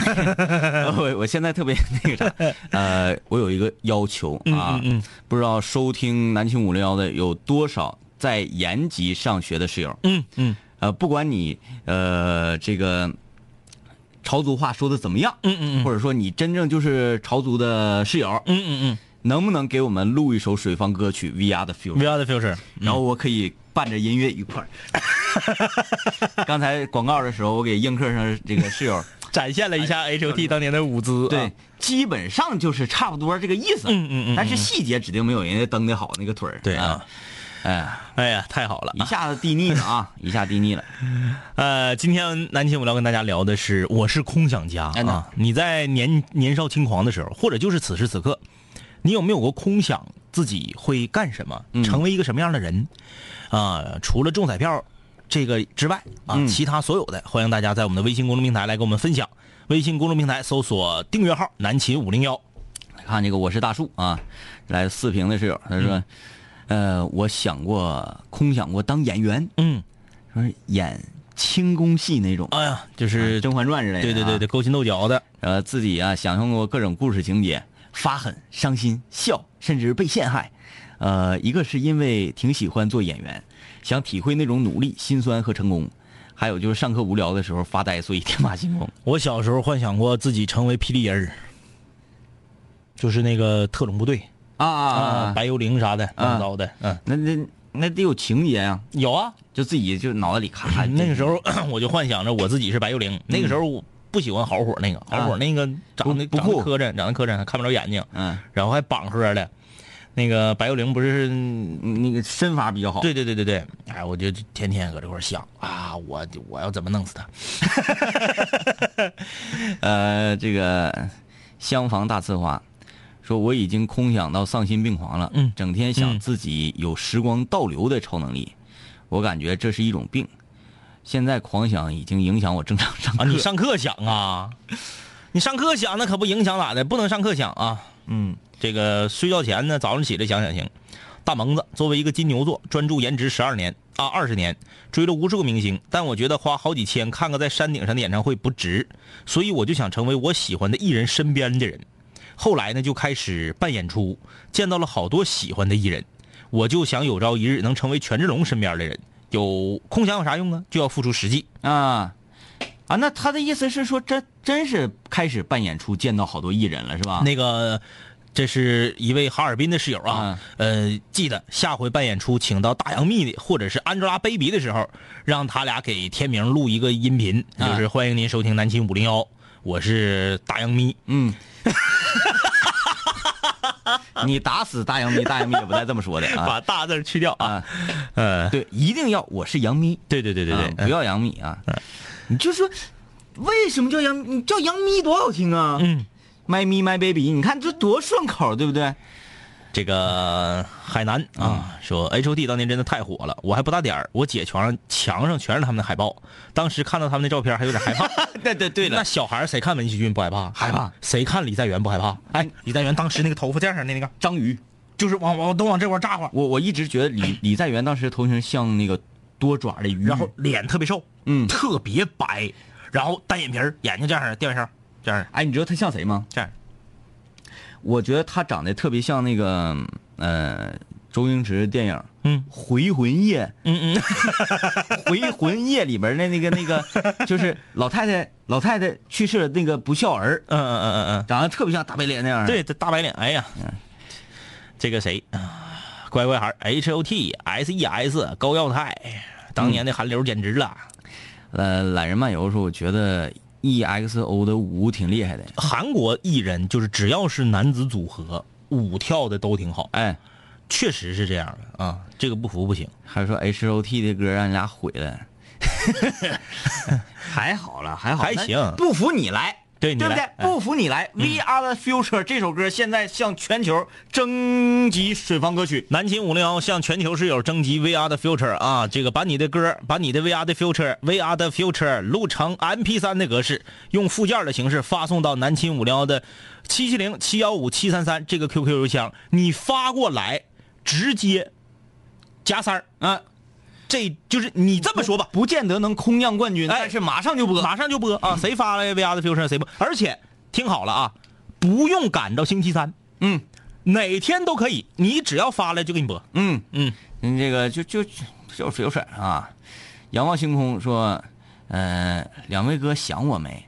C: 我我现在特别那个 啥，
D: 嗯
C: 呃，我有一个要求啊，不知道收听南青五零幺的有多少在延吉上学的室友，
D: 嗯嗯
C: 呃，不管你呃这个潮族话说的怎么样，
D: 嗯嗯嗯
C: 或者说你真正就是潮族的室友，
D: 嗯嗯
C: 能不能给我们录一首水方歌曲《VR 的 Future》
D: 嗯，We are the future。
C: 然后我可以伴着音乐一块儿。 刚才广告的时候，我给映客上这个室 友，
D: 展现了一下 H O T 当年的舞姿、啊。
C: 对，，基本上就是差不多这个意思。
D: 嗯嗯嗯嗯
C: 但是细节指定没有人家蹬的好那个腿儿。
D: 对
C: 啊
D: 啊，
C: 哎，
D: 哎呀，太好了
C: 一！下子地腻了啊，一下地腻了。
D: 呃，今天南秦我要跟大家聊的是，我是空想家
C: 哎那
D: 啊。你在年年少轻狂的时候，或者就是此时此刻，你有没有过空想自己会干什么，成为一个什么样的人？啊、除了中彩票这个之外啊，
C: 嗯
D: 其他所有的，欢迎大家在我们的微信公众平台来跟我们分享。微信公众平台搜索订阅号“南秦五零幺
C: 看这个我是大树啊，来自四平的室友，他
D: 嗯
C: 说，呃，我想过空想过当演员”。，
D: 嗯，
C: 说演清宫戏那种，
D: 哎呀，就是、
C: 《甄嬛传》之类的、啊
D: 对对对对，，勾心斗角的。
C: 然后自己啊想象过各种故事情节，发狠、伤心、笑，甚至被陷害。呃，一个是因为挺喜欢做演员，想体会那种努力、辛酸和成功；还有就是上课无聊的时候发呆，所以天马行空。
D: 我小时候幻想过自己成为霹雳人儿，就是那个特种部队
C: 啊
D: 啊，！白幽灵啥的，乱七八糟的。嗯，
C: 那那那得有情节啊，
D: 有啊。
C: 就自己就脑袋里咔。
D: 那个时候 我就幻想着我自己是白幽灵。那个时候我不喜欢好火那个，好火那个长得
C: 嗯啊不不
D: 长得
C: 酷
D: 磕碜，长得磕碜，还看不着眼睛，
C: 嗯，
D: 然后还绑喝的。那个白幽灵不是
C: 那个身法比较好。
D: 对对对对对，哎，我就天天搁这块儿想啊，我我要怎么弄死他？
C: 呃，这个厢房大刺花说我已经空想到丧心病狂了，
D: 嗯
C: 整天想自己有时光倒流的超能力，我感觉这是一种病。现在狂想已经影响我正常上课。
D: 啊，你上课想啊，你上课想那可不影响咋的，不能上课想啊。
C: 嗯，
D: 这个睡觉前呢，早上起来想想行。大萌子作为一个金牛座，专注颜值十二年啊二十年，追了无数个明星，但我觉得花好几千看个在山顶上的演唱会不值，所以我就想成为我喜欢的艺人身边的人。后来呢，就开始办演出，见到了好多喜欢的艺人，我就想有朝一日能成为权志龙身边的人。有空想有啥用啊？就要付出实际。
C: 啊啊，那他的意思是说，真真是开始办演出，见到好多艺人了，是吧？
D: 那个，这是一位哈尔滨的室友啊，呃，记得下回办演出，请到大洋蜜或者是 Angelababy 的时候，让他俩给天明录一个音频，
C: 啊
D: 就是欢迎您收听南秦五零幺，我是大洋 咪，
C: 嗯。你打死大杨咪，大杨咪也不带这么说的啊
D: 把大字去掉啊，
C: 啊！
D: 呃，
C: 对，一定要我是杨咪，
D: 对对对对
C: 啊
D: 对，
C: 不要杨幂啊！
D: 嗯
C: 你就说为什么叫杨？你叫杨幂多好听啊！
D: 嗯
C: ，My Me My Baby，你看这多顺口，对不对？
D: 这个海南啊，说 H O T 当年真的太火了，我还不大点儿，我姐床上墙上全是他们的海报，当时看到他们的照片还有点害怕。
C: 对对对
D: 那，小孩儿谁看文熙君不害怕？
C: 害怕。
D: 谁看李在元不害怕？哎，李在元当时那个头发这样式儿的那个，
C: 章鱼，
D: 就是往往都往这块儿炸晃，
C: 我我一直觉得李李在元当时头型像那个多爪的鱼，
D: 然后脸特别瘦，
C: 嗯
D: 特别白，然后单眼皮儿，眼睛这样式儿掉一下儿，这样式儿
C: 哎，你知道他像谁吗？
D: 这样儿。
C: 我觉得他长得特别像那个呃周星驰的电影。
D: 嗯
C: 《回魂夜
D: 嗯 嗯，》
C: 《回魂夜》里边的那个那个，就是老太太老太太去世了那个不孝儿，
D: 嗯嗯嗯嗯嗯，
C: 长得特别像大白脸那样。，
D: 对，这大白脸，哎呀，这个谁啊乖乖孩儿 H O T S E S 高耀泰，当年的韩流简直了，
C: 呃，懒人漫游的时候，我觉得 EXO 的舞挺厉害的。
D: 韩国艺人就是只要是男子组合，舞跳的都挺好，
C: 哎，
D: 确实是这样的啊，这个不服不行。
C: 还说 H O T 的歌让你俩毁了， 还好了，还好，
D: 还行
C: 那不服你来。嗯
D: 对你
C: 对不对
D: 来？哎
C: 不服你来！We Are the Future 这首歌现在向全球征集水房歌曲。
D: 南秦五零幺向全球室友征集 VR 的 Future 啊，这个把你的歌，把你的 VR 的 Future，VR 的 Future 录成 MP3 的格式，用附件的形式发送到南秦五零幺的七七零七幺五七三三这个 QQ 邮箱，你发过来直接加三儿啊，这就是你这么说吧，
C: 不见得能空降冠军，
D: 哎
C: 嗯但是马上就播。
D: 马上就播啊，谁发了 VR 的 Future 谁播，而且听好了啊，不用赶到星期三，
C: 嗯，
D: 哪天都可以，你只要发了就给你播。
C: 嗯，
D: 嗯，
C: 您这个就就就是水有水啊。仰望星空说，呃，两位哥想我没？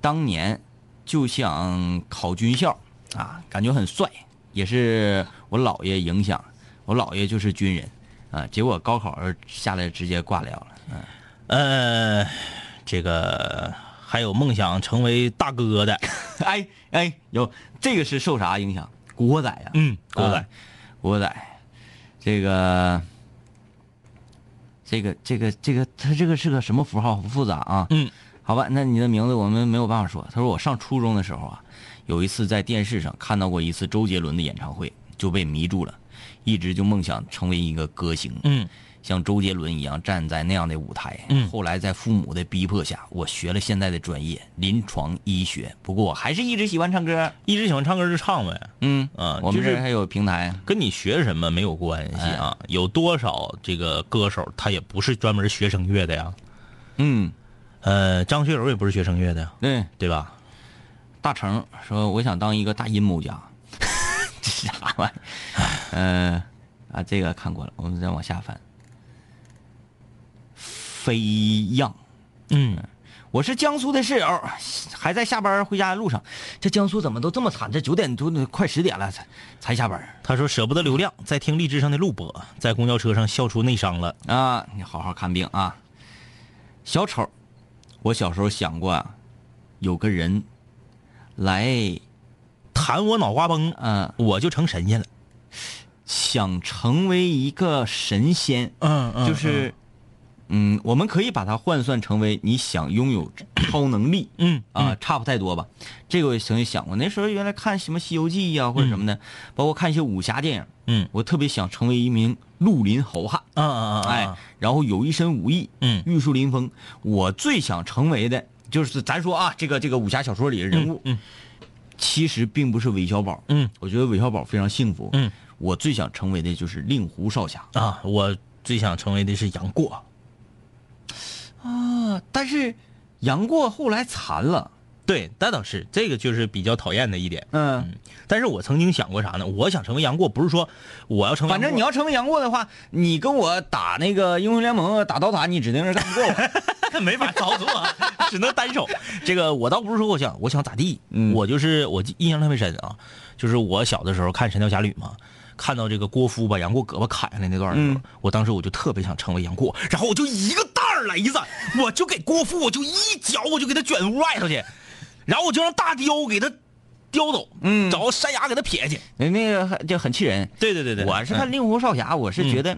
C: 当年就想考军校啊，感觉很帅，也是我姥爷影响，我姥爷就是军人啊，结果高考下来直接挂了了。 嗯、
D: 呃，这个还有梦想成为大哥的，
C: 哎哎，有这个是受啥影响？古惑仔呀、
D: 嗯，狗仔
C: 啊，古惑仔，这个，这个，这个，这个，他这个是个什么符号？很复杂啊。
D: 嗯，
C: 好吧，那你的名字我们没有办法说。他说我上初中的时候啊，有一次在电视上看到过一次周杰伦的演唱会，就被迷住了，一直就梦想成为一个歌星。
D: 嗯，
C: 像周杰伦一样站在那样的舞台。
D: 嗯
C: 后来在父母的逼迫下，我学了现在的专业临床医学，不过我还是一直喜欢唱歌。
D: 一直喜欢唱歌就唱呗，
C: 嗯
D: 啊
C: 我们
D: 就是
C: 这儿还有平台。啊
D: 跟你学什么没有关系啊。有多少这个歌手他也不是专门学声乐的呀？
C: 嗯，
D: 呃，张学友也不是学声乐的呀，
C: 对。
D: 对吧？
C: 大成说：“我想当一个大阴谋家。” 这是啥玩意儿？呃，啊，这个看过了，我们再往下翻。飞样，
D: 嗯，
C: 我是江苏的室友，还在下班回家的路上。这江苏怎么都这么惨？这九点多快十点了才才下班
D: 他说舍不得流量，在听荔枝上的录播，在公交车上笑出内伤了。
C: 啊！你好好看病啊。小丑，我小时候想过啊，有个人来，
D: 弹我脑瓜崩，
C: 嗯、
D: 我就成神仙了。
C: 想成为一个神仙，
D: 嗯
C: 就
D: 就是
C: 是，嗯，我们可以把它换算成为你想拥有超能力，
D: 嗯
C: 啊，差不太多吧。这个我曾经想过，那时候原来看什么《西游记》啊呀，或者什么的，包括看一些武侠电影，
D: 嗯
C: 我特别想成为一名绿林好汉，
D: 啊啊啊！
C: 哎，然后有一身武艺，
D: 嗯
C: 玉树临风。我最想成为的就是咱说啊，这个这个武侠小说里的人物，
D: 嗯嗯
C: 其实并不是韦小宝，
D: 嗯，
C: 我觉得韦小宝非常幸福，
D: 嗯，
C: 我最想成为的就是令狐少侠。
D: 啊，我最想成为的是杨过。
C: 啊，但是杨过后来残了，
D: 对，那倒是，这个就是比较讨厌的一点。
C: 嗯，
D: 但是我曾经想过啥呢？我想成为杨过，不是说我要成为
C: 反
D: 杨过，
C: 正你要成为杨过的话，你跟我打那个英雄联盟、打刀塔，你指定是干不 过我。
D: 要 没法操作啊，只能单手。这个我倒不是说我想我想咋地，
C: 嗯
D: 我就是我印象特别深啊，就是我小的时候看《神雕侠侣》嘛。看到这个郭芙把杨过胳膊砍下来那段儿的时候，
C: 嗯
D: 我当时我就特别想成为杨过，然后我就一个大儿雷子，我就给郭芙，我就一脚我就给他卷屋外头去，然后我就让大雕给他叼走，
C: 嗯
D: 找个山崖给他撇去。
C: 那那个还就很气人。
D: 对对对对，
C: 我是
D: 嗯
C: 看令狐少侠，我是觉得，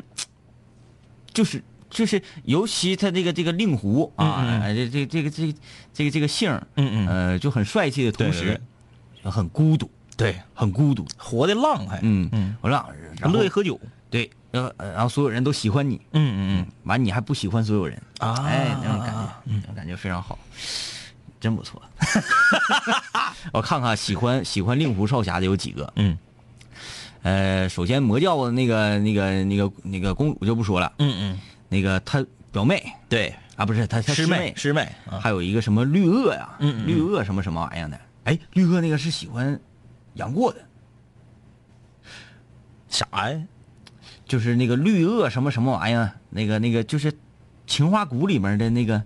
C: 就是就是，尤其他这个这个令狐啊，
D: 嗯嗯
C: 哎这这这个这个这个这个姓儿，
D: 嗯嗯
C: 呃，就很帅气的同
D: 对
C: 时
D: 对，
C: 很孤独，
D: 对，
C: 很孤独。
D: 活的浪还，
C: 嗯
D: 嗯，
C: 我让然后
D: 乐意喝酒，
C: 对，然后呃然后所有人都喜欢你，
D: 嗯嗯
C: 完你还不喜欢所有人
D: 啊嗯
C: 哎，那种感觉，那种感觉非常好，真不错。 我看看喜欢喜欢令狐少侠的有几个，
D: 嗯
C: 呃，首先魔教的那个那个那个那个公主就不说了，
D: 嗯嗯，
C: 那个她表妹
D: 对，
C: 啊，不是她她
D: 师
C: 妹，
D: 师妹啊，
C: 还有一个什么绿萼呀、
D: 嗯嗯嗯
C: 绿萼什么什么玩意儿的，哎，绿萼那个是喜欢杨过的，
D: 啥呀？
C: 就是那个绿萼什么什么玩意儿，那个那个就是《情花谷》里面的那个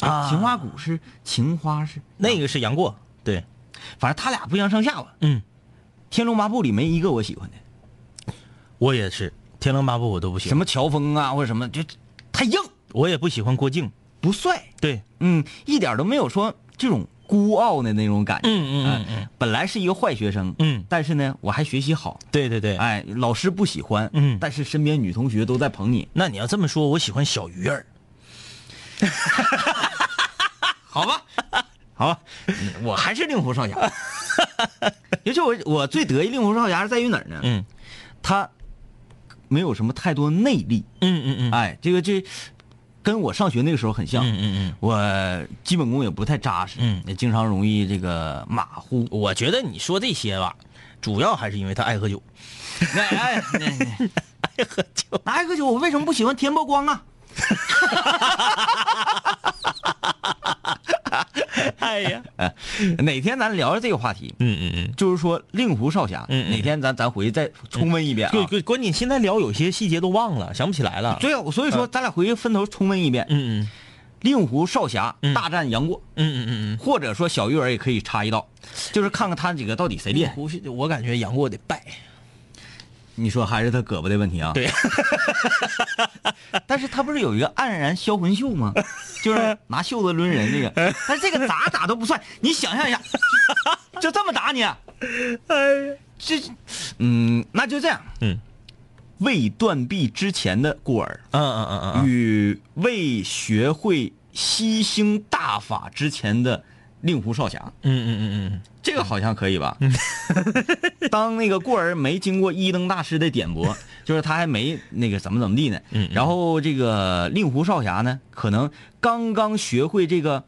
D: 啊
C: 情花谷是情花是
D: 那个是杨过，对，
C: 反正他俩不相上下吧。
D: 嗯，
C: 《天龙八部》里没一个我喜欢的，
D: 我也是，《天龙八部》我都不喜欢，
C: 什么乔峰啊或者什么，就太硬
D: 我也不喜欢郭靖，
C: 不帅，
D: 对，
C: 嗯，一点都没有说这种孤傲的那种感觉。
D: 嗯嗯嗯嗯
C: 哎本来是一个坏学生，
D: 嗯
C: 但是呢，我还学习好，
D: 对对对，
C: 哎，老师不喜欢，
D: 嗯
C: 但是身边女同学都在捧你，
D: 那你要这么说，我喜欢小鱼儿，
C: 好吧， 好吧，嗯我还是令狐少侠。 尤其我我最得意令狐少侠是在于哪儿呢？
D: 嗯
C: 他没有什么太多内力，
D: 嗯嗯嗯，
C: 哎，这个这跟我上学那个时候很像。
D: 嗯嗯
C: 我基本功也不太扎实，
D: 嗯
C: 也经常容易这个马虎。
D: 嗯，我觉得你说这些吧，主要还是因为他爱喝酒，
C: 哎哎，哎哎 爱喝酒，我为什么不喜欢田伯光啊？
D: 哎呀，
C: 哎，哪天咱聊聊这个话题，
D: 嗯嗯嗯。
C: 就是说令狐少侠，
D: 嗯嗯
C: 哪天咱咱回去再重温一遍啊
D: 对，。关关键现在聊有些细节都忘了，想不起来了。
C: 对啊，所以说咱俩回去分头重温一遍《
D: 嗯嗯
C: 令狐少侠
D: 嗯
C: 大战杨过》，
D: 嗯嗯嗯嗯。
C: 或者说小鱼儿也可以插一道，就是看看他几个到底谁厉害。
D: 胡须，我感觉杨过得败。
C: 你说还是他胳膊的问题啊？
D: 对。
C: 但是他不是有一个黯然销魂袖吗？就是拿袖子抡人那
D: 嗯
C: 个，但是这个咋打都不算。你想象一下，就就这么打你、啊 这，嗯，那就这样。
D: 哎嗯
C: 未断臂之前的故儿，
D: 嗯嗯嗯
C: 啊
D: 嗯嗯。
C: 与未学会吸星大法之前的令狐少侠，
D: 嗯嗯嗯嗯。
C: 这个好像可以吧？嗯当那个过儿没经过一灯大师的点拨，就是他还没那个怎么怎么地呢。
D: 嗯嗯
C: 然后这个令狐少侠呢，可能刚刚学会这个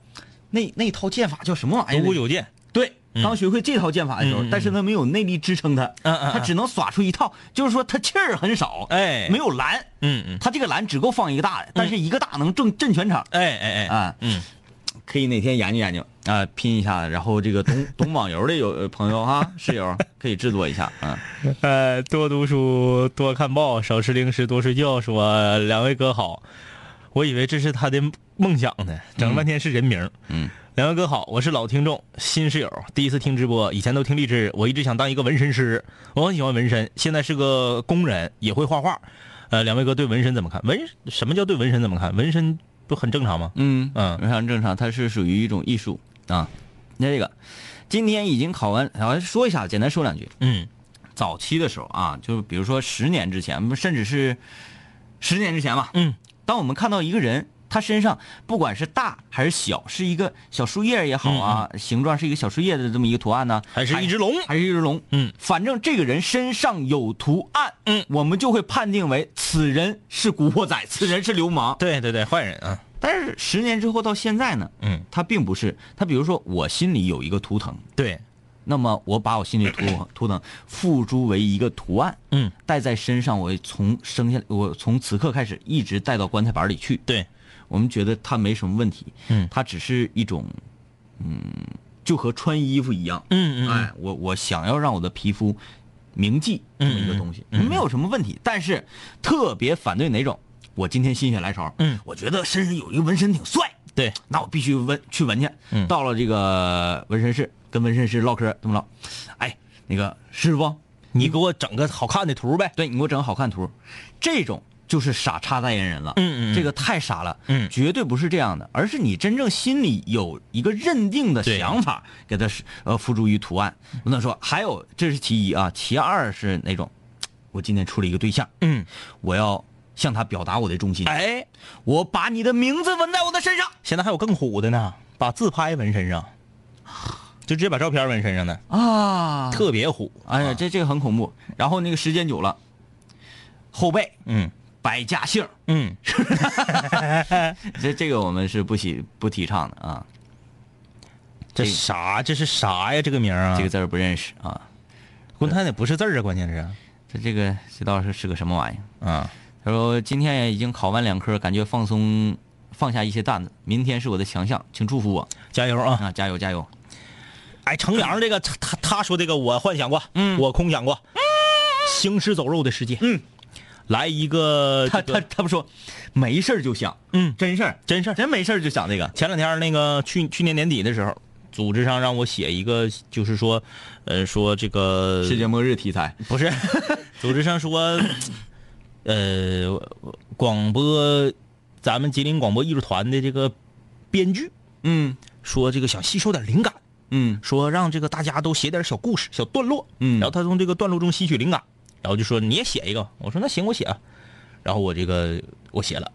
C: 那那套剑法叫什么玩意儿
D: 独
C: 来
D: 孤
C: 着？
D: 九剑。
C: 对，刚学会这套剑法的时候，
D: 嗯嗯嗯
C: 但是他没有内力支撑他，
D: 嗯嗯嗯
C: 他只能耍出一套，就是说他气儿很少，
D: 哎
C: 没有蓝，
D: 嗯嗯。
C: 他这个蓝只够放一个大的，但是一个大能震震全场。
D: 哎哎哎。
C: 啊
D: 嗯。
C: 可以哪天研究研究啊、拼一下子，然后这个 懂懂网游的有呃朋友哈，室友可以制作一下啊、
D: 呃，多读书，多看报，少吃零食，多睡觉。说两位哥好，我以为这是他的梦想呢，整了半天是人名。
C: 嗯，
D: 两位哥好，我是老听众，新室友，第一次听直播，以前都听荔枝。我一直想当一个纹身师，我很喜欢纹身，现在是个工人，也会画画。呃，两位哥对纹身怎么看？纹什么叫对纹身怎么看？纹身不很正常吗？
C: 嗯
D: 嗯
C: 非常正常，它是属于一种艺术啊。那这个今天已经考完，好像说一下，简单说两句。
D: 嗯
C: 早期的时候啊，就是比如说十年之前，甚至是十年之前吧，
D: 嗯
C: 当我们看到一个人，他身上不管是大还是小，是一个小树叶也好啊，形状是一个小树叶的这么一个图案呢、
D: 嗯还是一只龙
C: 还是一只龙，
D: 嗯，
C: 反正这个人身上有图案，
D: 嗯，
C: 我们就会判定为此人是古惑仔，此人是流氓。
D: 对对对，坏人啊，
C: 但是十年之后到现在呢，
D: 嗯，
C: 他并不是他，比如说我心里有一个图腾，
D: 对，
C: 那么我把我心里图 图腾付诸为一个图案，
D: 嗯，
C: 带在身上，我从生下来，我从此刻开始一直带到棺材板里去。
D: 对，
C: 我们觉得它没什么问题，
D: 嗯
C: 它只是一种，嗯，就和穿衣服一样，
D: 嗯嗯嗯
C: 哎，我我想要让我的皮肤铭记这
D: 嗯
C: 么一个东西，没有什么问题。但是特别反对哪种？我今天心血来潮，
D: 嗯
C: 我觉得身上有一个纹身挺帅，
D: 对，
C: 那我必须纹去纹去。
D: 嗯
C: 到了这个纹身室，跟纹身师唠嗑，怎么唠？哎，那个师傅，
D: 你给我整个好看的图呗。
C: 对你给我整个好看图，这种就是傻叉代言人了。
D: 嗯嗯嗯
C: 这个太傻了。
D: 嗯
C: 绝对不是这样的，而是你真正心里有一个认定的
D: 对
C: 想法，给它是呃付诸于图案。不能说还有这是其一啊，其二是哪种？我今天处了一个对象，
D: 嗯，
C: 我要向他表达我的忠心。
D: 哎，
C: 我把你的名字纹在我的身上
D: 现在还有更虎的呢，把自拍纹身上，就直接把照片纹身上的，
C: 啊！
D: 特别虎。
C: 哎呀，这这个很恐怖。然后那个时间久了，后背
D: 嗯
C: 摆架性儿，
D: 嗯，
C: 这这个我们是不喜不提倡的啊。这
D: 这
C: 个
D: 啥？这是啥呀？这个名儿啊？
C: 这个字儿不认识啊。
D: 滚蛋的不是字儿啊，关键是
C: 他这个这道是是个什么玩意儿？
D: 啊，
C: 他说今天也已经考完两科，感觉放松放下一些担子，明天是我的强项，请祝福我
D: 加油啊！
C: 啊！加油加油！
D: 哎，程阳这个他他他说这个我幻想过，嗯，我空想过，行尸走肉的世界，嗯，来一个
C: 他
D: 这
C: 他
D: 个
C: 他不说，没事儿就想，
D: 嗯
C: 真事儿
D: 真事儿。
C: 真没事儿就想这个，
D: 前两天那个去去年年底的时候，组织上让我写一个，就是说，呃，说这个
C: 世界末日题材，
D: 不是，组织上说，呃，广播，咱们吉林广播艺术团的这个编剧
C: 嗯
D: 说，这个想吸收点灵感，
C: 嗯
D: 说让这个大家都写点小故事、小段落，
C: 嗯
D: 然后他从这个段落中吸取灵感，然后就说你也写一个，我说那行，我写啊，然后我这个我写了，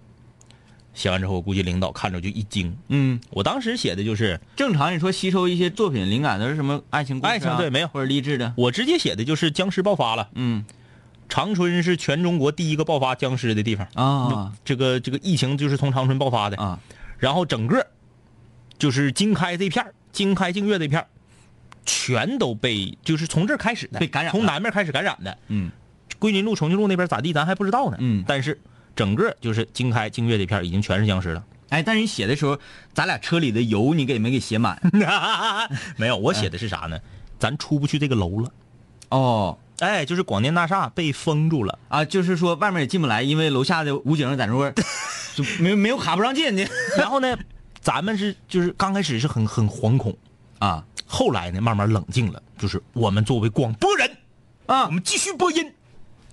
D: 写完之后，我估计领导看着就一惊，
C: 嗯。
D: 我当时写的就是，
C: 正常，你说吸收一些作品灵感的是什么爱情故事、啊、
D: 爱情对没有
C: 或者励志的，
D: 我直接写的就是僵尸爆发了，
C: 嗯
D: 长春是全中国第一个爆发僵尸的地方。
C: 啊
D: 这个这个疫情就是从长春爆发的，
C: 啊，
D: 然后整个就是经开这片儿，经开净月这片儿，全都被就是从这儿开始的
C: 被感染了
D: 从南面开始感染的。
C: 嗯
D: 桂林路、重庆路那边咋地，咱还不知道呢。
C: 嗯
D: 但是整个就是经开净月这片儿已经全是僵尸 了。
C: 哎，但是你写 的时候，咱俩车里的油你给没给写满？
D: 没有，我写的是啥呢？咱出不去这个楼了。
C: 哦
D: 哎，就是广电大厦被封住了。
C: 啊，就是说外面也进不来，因为楼下的武警在那 块儿就没没有卡不让进去
D: 然后呢，咱们是就是刚开始是很很惶恐，
C: 啊
D: 后来呢慢慢冷静了，就是我们作为广播人，
C: 啊
D: 我们继续播音。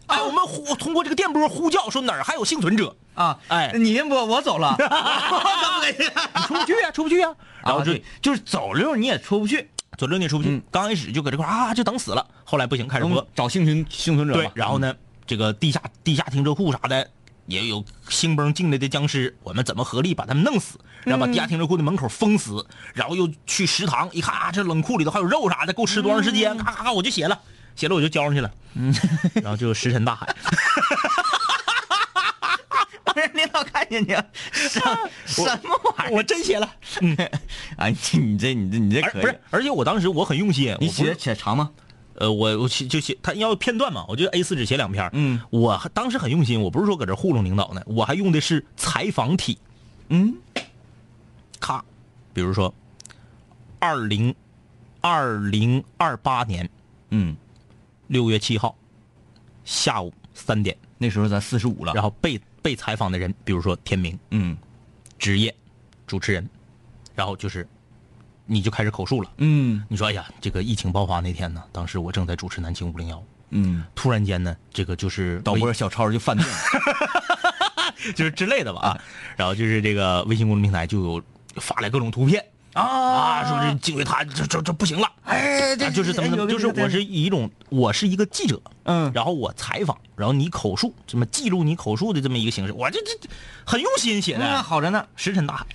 D: 哎，我们呼通过这个电波呼叫说哪儿还有幸存者，
C: 啊！
D: 哎
C: 你先播，我 走了，我怎么
D: 你出 不去呀、出不去呀、然后
C: 啊，
D: 就
C: 对，嗯就是走溜你也出不去，
D: 左六你出不去，刚开始就搁这块儿啊就等死了，后来不行开始播，
C: 找幸存幸存者嗯吧
D: 对，然后呢，这个地下地下停车库啥的，也有兴崩进来的僵尸，我们怎么合力把他们弄死？
C: 嗯
D: 然后把地下停车库的门口封死，然后又去食堂一看啊，这冷库里头还有肉啥的，够吃多长时间？
C: 嗯
D: 咔咔咔，我就写了，写了我就交上去了，然后就石沉大海。
C: 让领导看见你 了，什什么玩意儿？
D: 我真写了，
C: 哎，你这你这你 这
D: 而
C: 可以，
D: 不是，而且我当时我很用心，
C: 你
D: 我不
C: 写
D: 是
C: 写长吗？
D: 呃，我我写就写他要片段嘛，我就 A 四纸写两篇。
C: 嗯，
D: 我当时很用心，我不是说搁这糊弄领导呢，我还用的是采访体。
C: 嗯，
D: 咔，比如说二零二零二八年
C: 嗯，
D: 六月七号下午三点，
C: 那时候咱四十五了，
D: 然后被被采访的人，比如说天明，
C: 嗯
D: 职业主持人，然后就是你就开始口述了。
C: 嗯
D: 你说，哎呀，这个疫情爆发那天呢，当时我正在主持南京五零幺，
C: 嗯，
D: 突然间呢，这个就是
C: 导 播小超就犯病了，
D: 就是之类的吧啊。然后就是这个微信公众平台就有发来各种图片啊，说这这回他这这这不行了，哎，
C: 啊
D: 这就是怎么怎么，就是我是以一种我是一个记者，
C: 嗯
D: 然后我采访，然后你口述，这么记录你口述的这么一个形式，我这这这很用心写
C: 那
D: 的，
C: 嗯好着呢。
D: 石沉大海。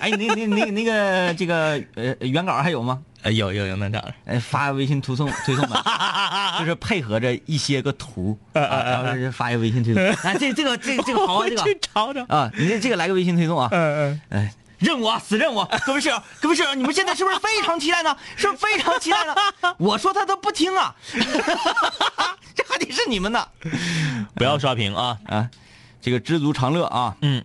C: 哎，那那那那个这个呃原稿还有吗？
D: 哎，有有有那啥，
C: 哎，发微信推送推送吧， 就是配合着一些个图，啊，然后就发一个微信推 送。哎，这这个这个这个好啊，这个
D: 去找找。
C: 啊，你这这个来个微信推送啊。嗯嗯。哎，任务啊，死任务啊！各位室友，各位室友，你们现在是不是非常期待呢？是不是非常期待呢？我说他都不听啊， 这还得是你们呢
D: 不要刷屏啊！
C: 啊！这个知足常乐啊，
D: 嗯，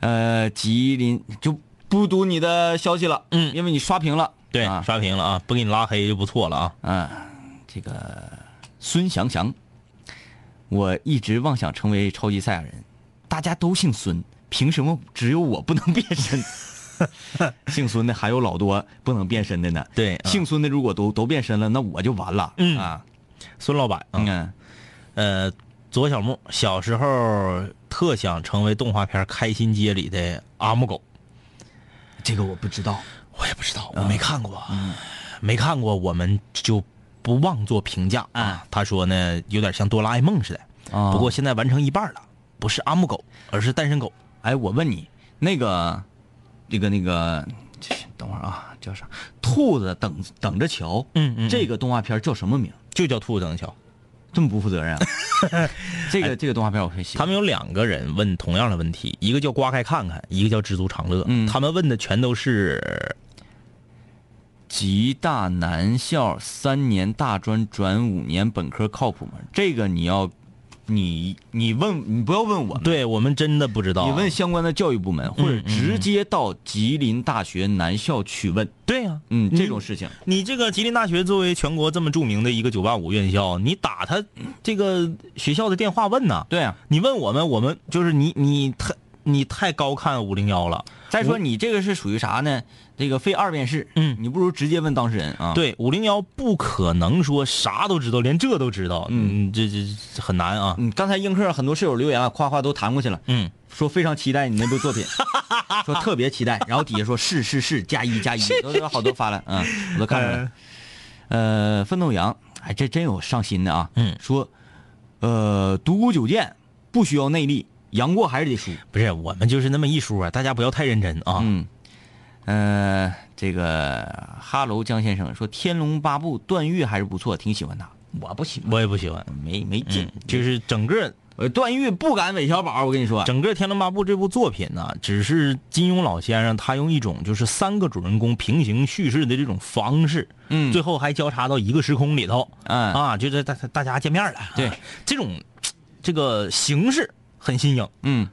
C: 呃，吉林就不读你的消息了，嗯，因为你刷屏了，
D: 对，
C: 啊，
D: 刷屏了啊，不给你拉黑就不错了啊。
C: 嗯，这个孙翔翔，我一直妄想成为超级赛亚人，大家都姓孙，凭什么只有我不能变 身？姓孙的还有老多不能变身的呢。
D: 对啊
C: 姓孙的如果都都变身了，那我就完了。
D: 嗯
C: 啊，
D: 孙老板啊，
C: 嗯，
D: 呃，左小木小时候特想成为动画片《开心街》里的阿木狗，
C: 这个我不知道。
D: 我也不知道，我没看过，嗯没看过，我们就不妄作评价啊。他说呢，有点像哆啦 A 梦似的，
C: 啊
D: 不过现在完成一半了，不是阿木狗，而是单身狗。
C: 哎，我问你，那个，这个那个，等会儿啊，叫啥？兔子等等着瞧。
D: 嗯嗯嗯
C: 这个动画片叫什么名？
D: 就叫兔子灯桥，
C: 这么不负责 任啊！这个这个动画片我很喜欢。
D: 哎他们有两个人问同样的问题，一个叫刮开看看，一个叫知足常乐。
C: 嗯
D: 他们问的全都是
C: 吉大男校三年大专转五年本科靠谱吗？这个你要，你你问你不要问我们，
D: 对我哦嗯们真的不知道。啊
C: 你问相关的教育部门，或者直接到吉林大学男校去问。
D: 对呀、
C: 嗯，
D: 你
C: 这种事情
D: 你这个吉林大学作为全国这么著名的一个九八五院校，你打他这个学校的电话问呐？
C: 对啊。
D: 你问我们，我们就是你你太你太高看五零幺了。
C: 再说你这个是属于啥呢？这个非二遍式，
D: 嗯
C: 你不如直接问当事人啊。，
D: 对，五零幺不可能说啥都知道，连这都知道，嗯，这这这很难啊。
C: 嗯，刚才映客很多室友留言啊，夸夸都弹过去了，
D: 嗯，
C: 说非常期待你那部作品， 说特别期待，然后底下说是是是加一加一，都有好多发了，嗯，我都看着了。呃，奋斗羊，哎，这真有上心的啊，
D: 嗯
C: 说，呃，独孤九剑不需要内力，杨过还是得输，
D: 不是，我们就是那么一说，大家不要太认真啊。
C: 嗯，呃，这个哈喽江先生说《天龙八部》段誉还是不错，挺喜欢他，我不喜欢，
D: 我也不喜欢，
C: 没没劲
D: 嗯，，就是整个
C: 我段誉不敢韦小宝，我跟你说，
D: 整个《天龙八部》这部作品呢，只是金庸老先生他用一种就是三个主人公平行叙事的这种方式，
C: 嗯
D: 最后还交叉到一个时空里头，
C: 嗯
D: 啊，就是大大家见面了，啊
C: 对
D: 这种这个形式很新颖，
C: 嗯。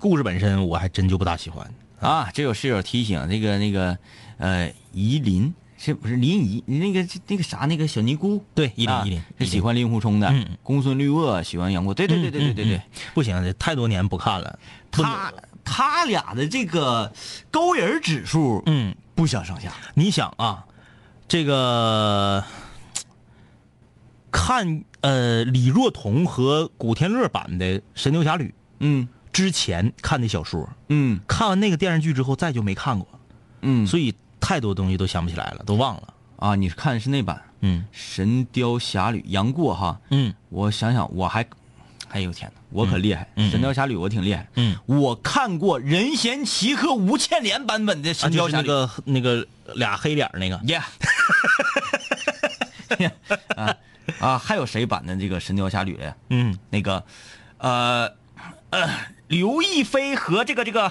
D: 故事本身我还真就不大喜欢。
C: 啊，这有室友提醒，那个那个，呃，夷陵是不是林怡？那个那个啥，那个小尼姑，
D: 对依林
C: 啊
D: 依林
C: 是
D: 依
C: 喜
D: 林
C: 欢令狐冲的
D: 嗯，
C: 公孙绿萼喜欢杨过，对对对对对对对，
D: 不行，这太多年不看了。不能
C: 他他俩的这个勾人指数，
D: 嗯，
C: 不相上下。
D: 你想啊，这个看呃李若彤和古天乐版的《神雕侠侣》
C: 嗯
D: 之前看的小说，
C: 嗯
D: 看完那个电视剧之后再就没看过，
C: 嗯，
D: 所以太多东西都想不起来了，都忘了。
C: 啊，你看的是那版《
D: 嗯
C: 神雕侠侣》杨过哈，
D: 嗯
C: 我想想，我还，哎呦天哪，我可厉害，
D: 嗯嗯
C: 神雕侠侣》我挺厉害，
D: 嗯，
C: 我看过任贤齐和吴倩莲版本的《
D: 啊，
C: 神
D: 就
C: 雕
D: 是
C: 侠
D: 那
C: 侣》嗯
D: 个那个俩黑脸儿那个，
C: 耶。 啊啊，还有谁版的这个《神雕侠侣》呀？
D: 嗯
C: 那个，呃，呃，刘亦菲和这个这个，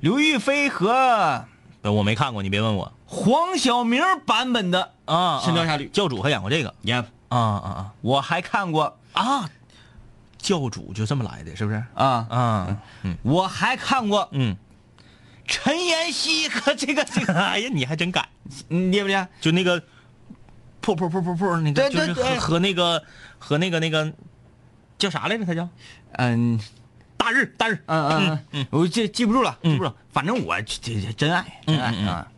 C: 刘亦菲和
D: 呃我没看过，你别问我
C: 黄晓明版本的《
D: 啊。
C: 神雕侠侣》
D: 教主还演过这个
C: Yep，
D: 啊啊
C: 我还看过
D: 啊啊！教主就这么来的，是不是？
C: 啊，
D: 啊，嗯
C: 我还看过
D: 嗯，
C: 陈妍希和这 个这个，
D: 哎呀，你还真敢，
C: 你厉不厉害？
D: 就那个破破破破破那个，
C: 对
D: 就
C: 对
D: 是
C: 对
D: 和和那个和那个那个叫啥来着？他叫
C: 嗯
D: 大日大日，
C: 嗯嗯嗯，我记记不住了，记不住了，反正我这这真爱真爱
D: 嗯嗯嗯
C: 啊。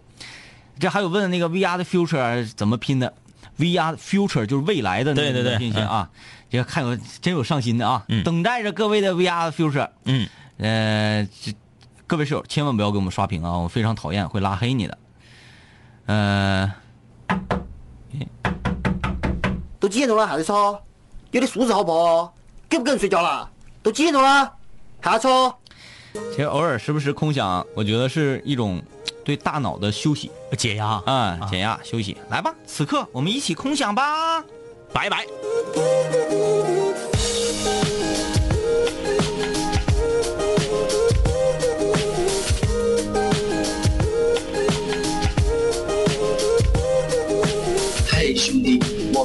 C: 这还有问那个 VR 的 future 怎么拼的？VR future 就是未来的那
D: 对对
C: 那
D: 对
C: 拼写
D: 嗯
C: 啊，这个看有真有上心的啊，
D: 嗯
C: 等待着各位的 VR future。
D: 嗯，
C: 呃，这各位室友千万不要给我们刷屏啊，我非常讨厌，会拉黑你的。呃，
G: 都几点钟了还在吵？有点素质好不好？给不给人睡觉了？都几点钟了还在吵？
C: 其实偶尔时不时空想，我觉得是一种对大脑的休息
D: 解压，
C: 啊，减压休息。来吧，此刻我们一起空想吧。
D: 拜拜。
H: 嘿，兄弟，我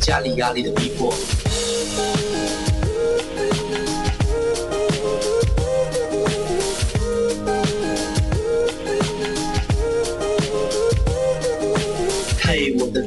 H: 家里压力的逼迫。嘿，我的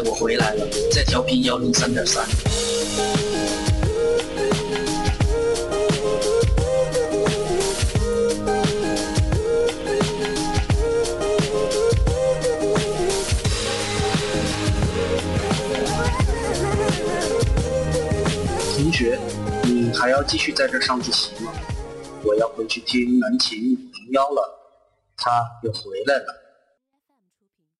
H: 我回来了，在调频幺零三点三。同学，你还要继续在这儿上自习吗？我要回去听南琴五零幺了，他又回来了。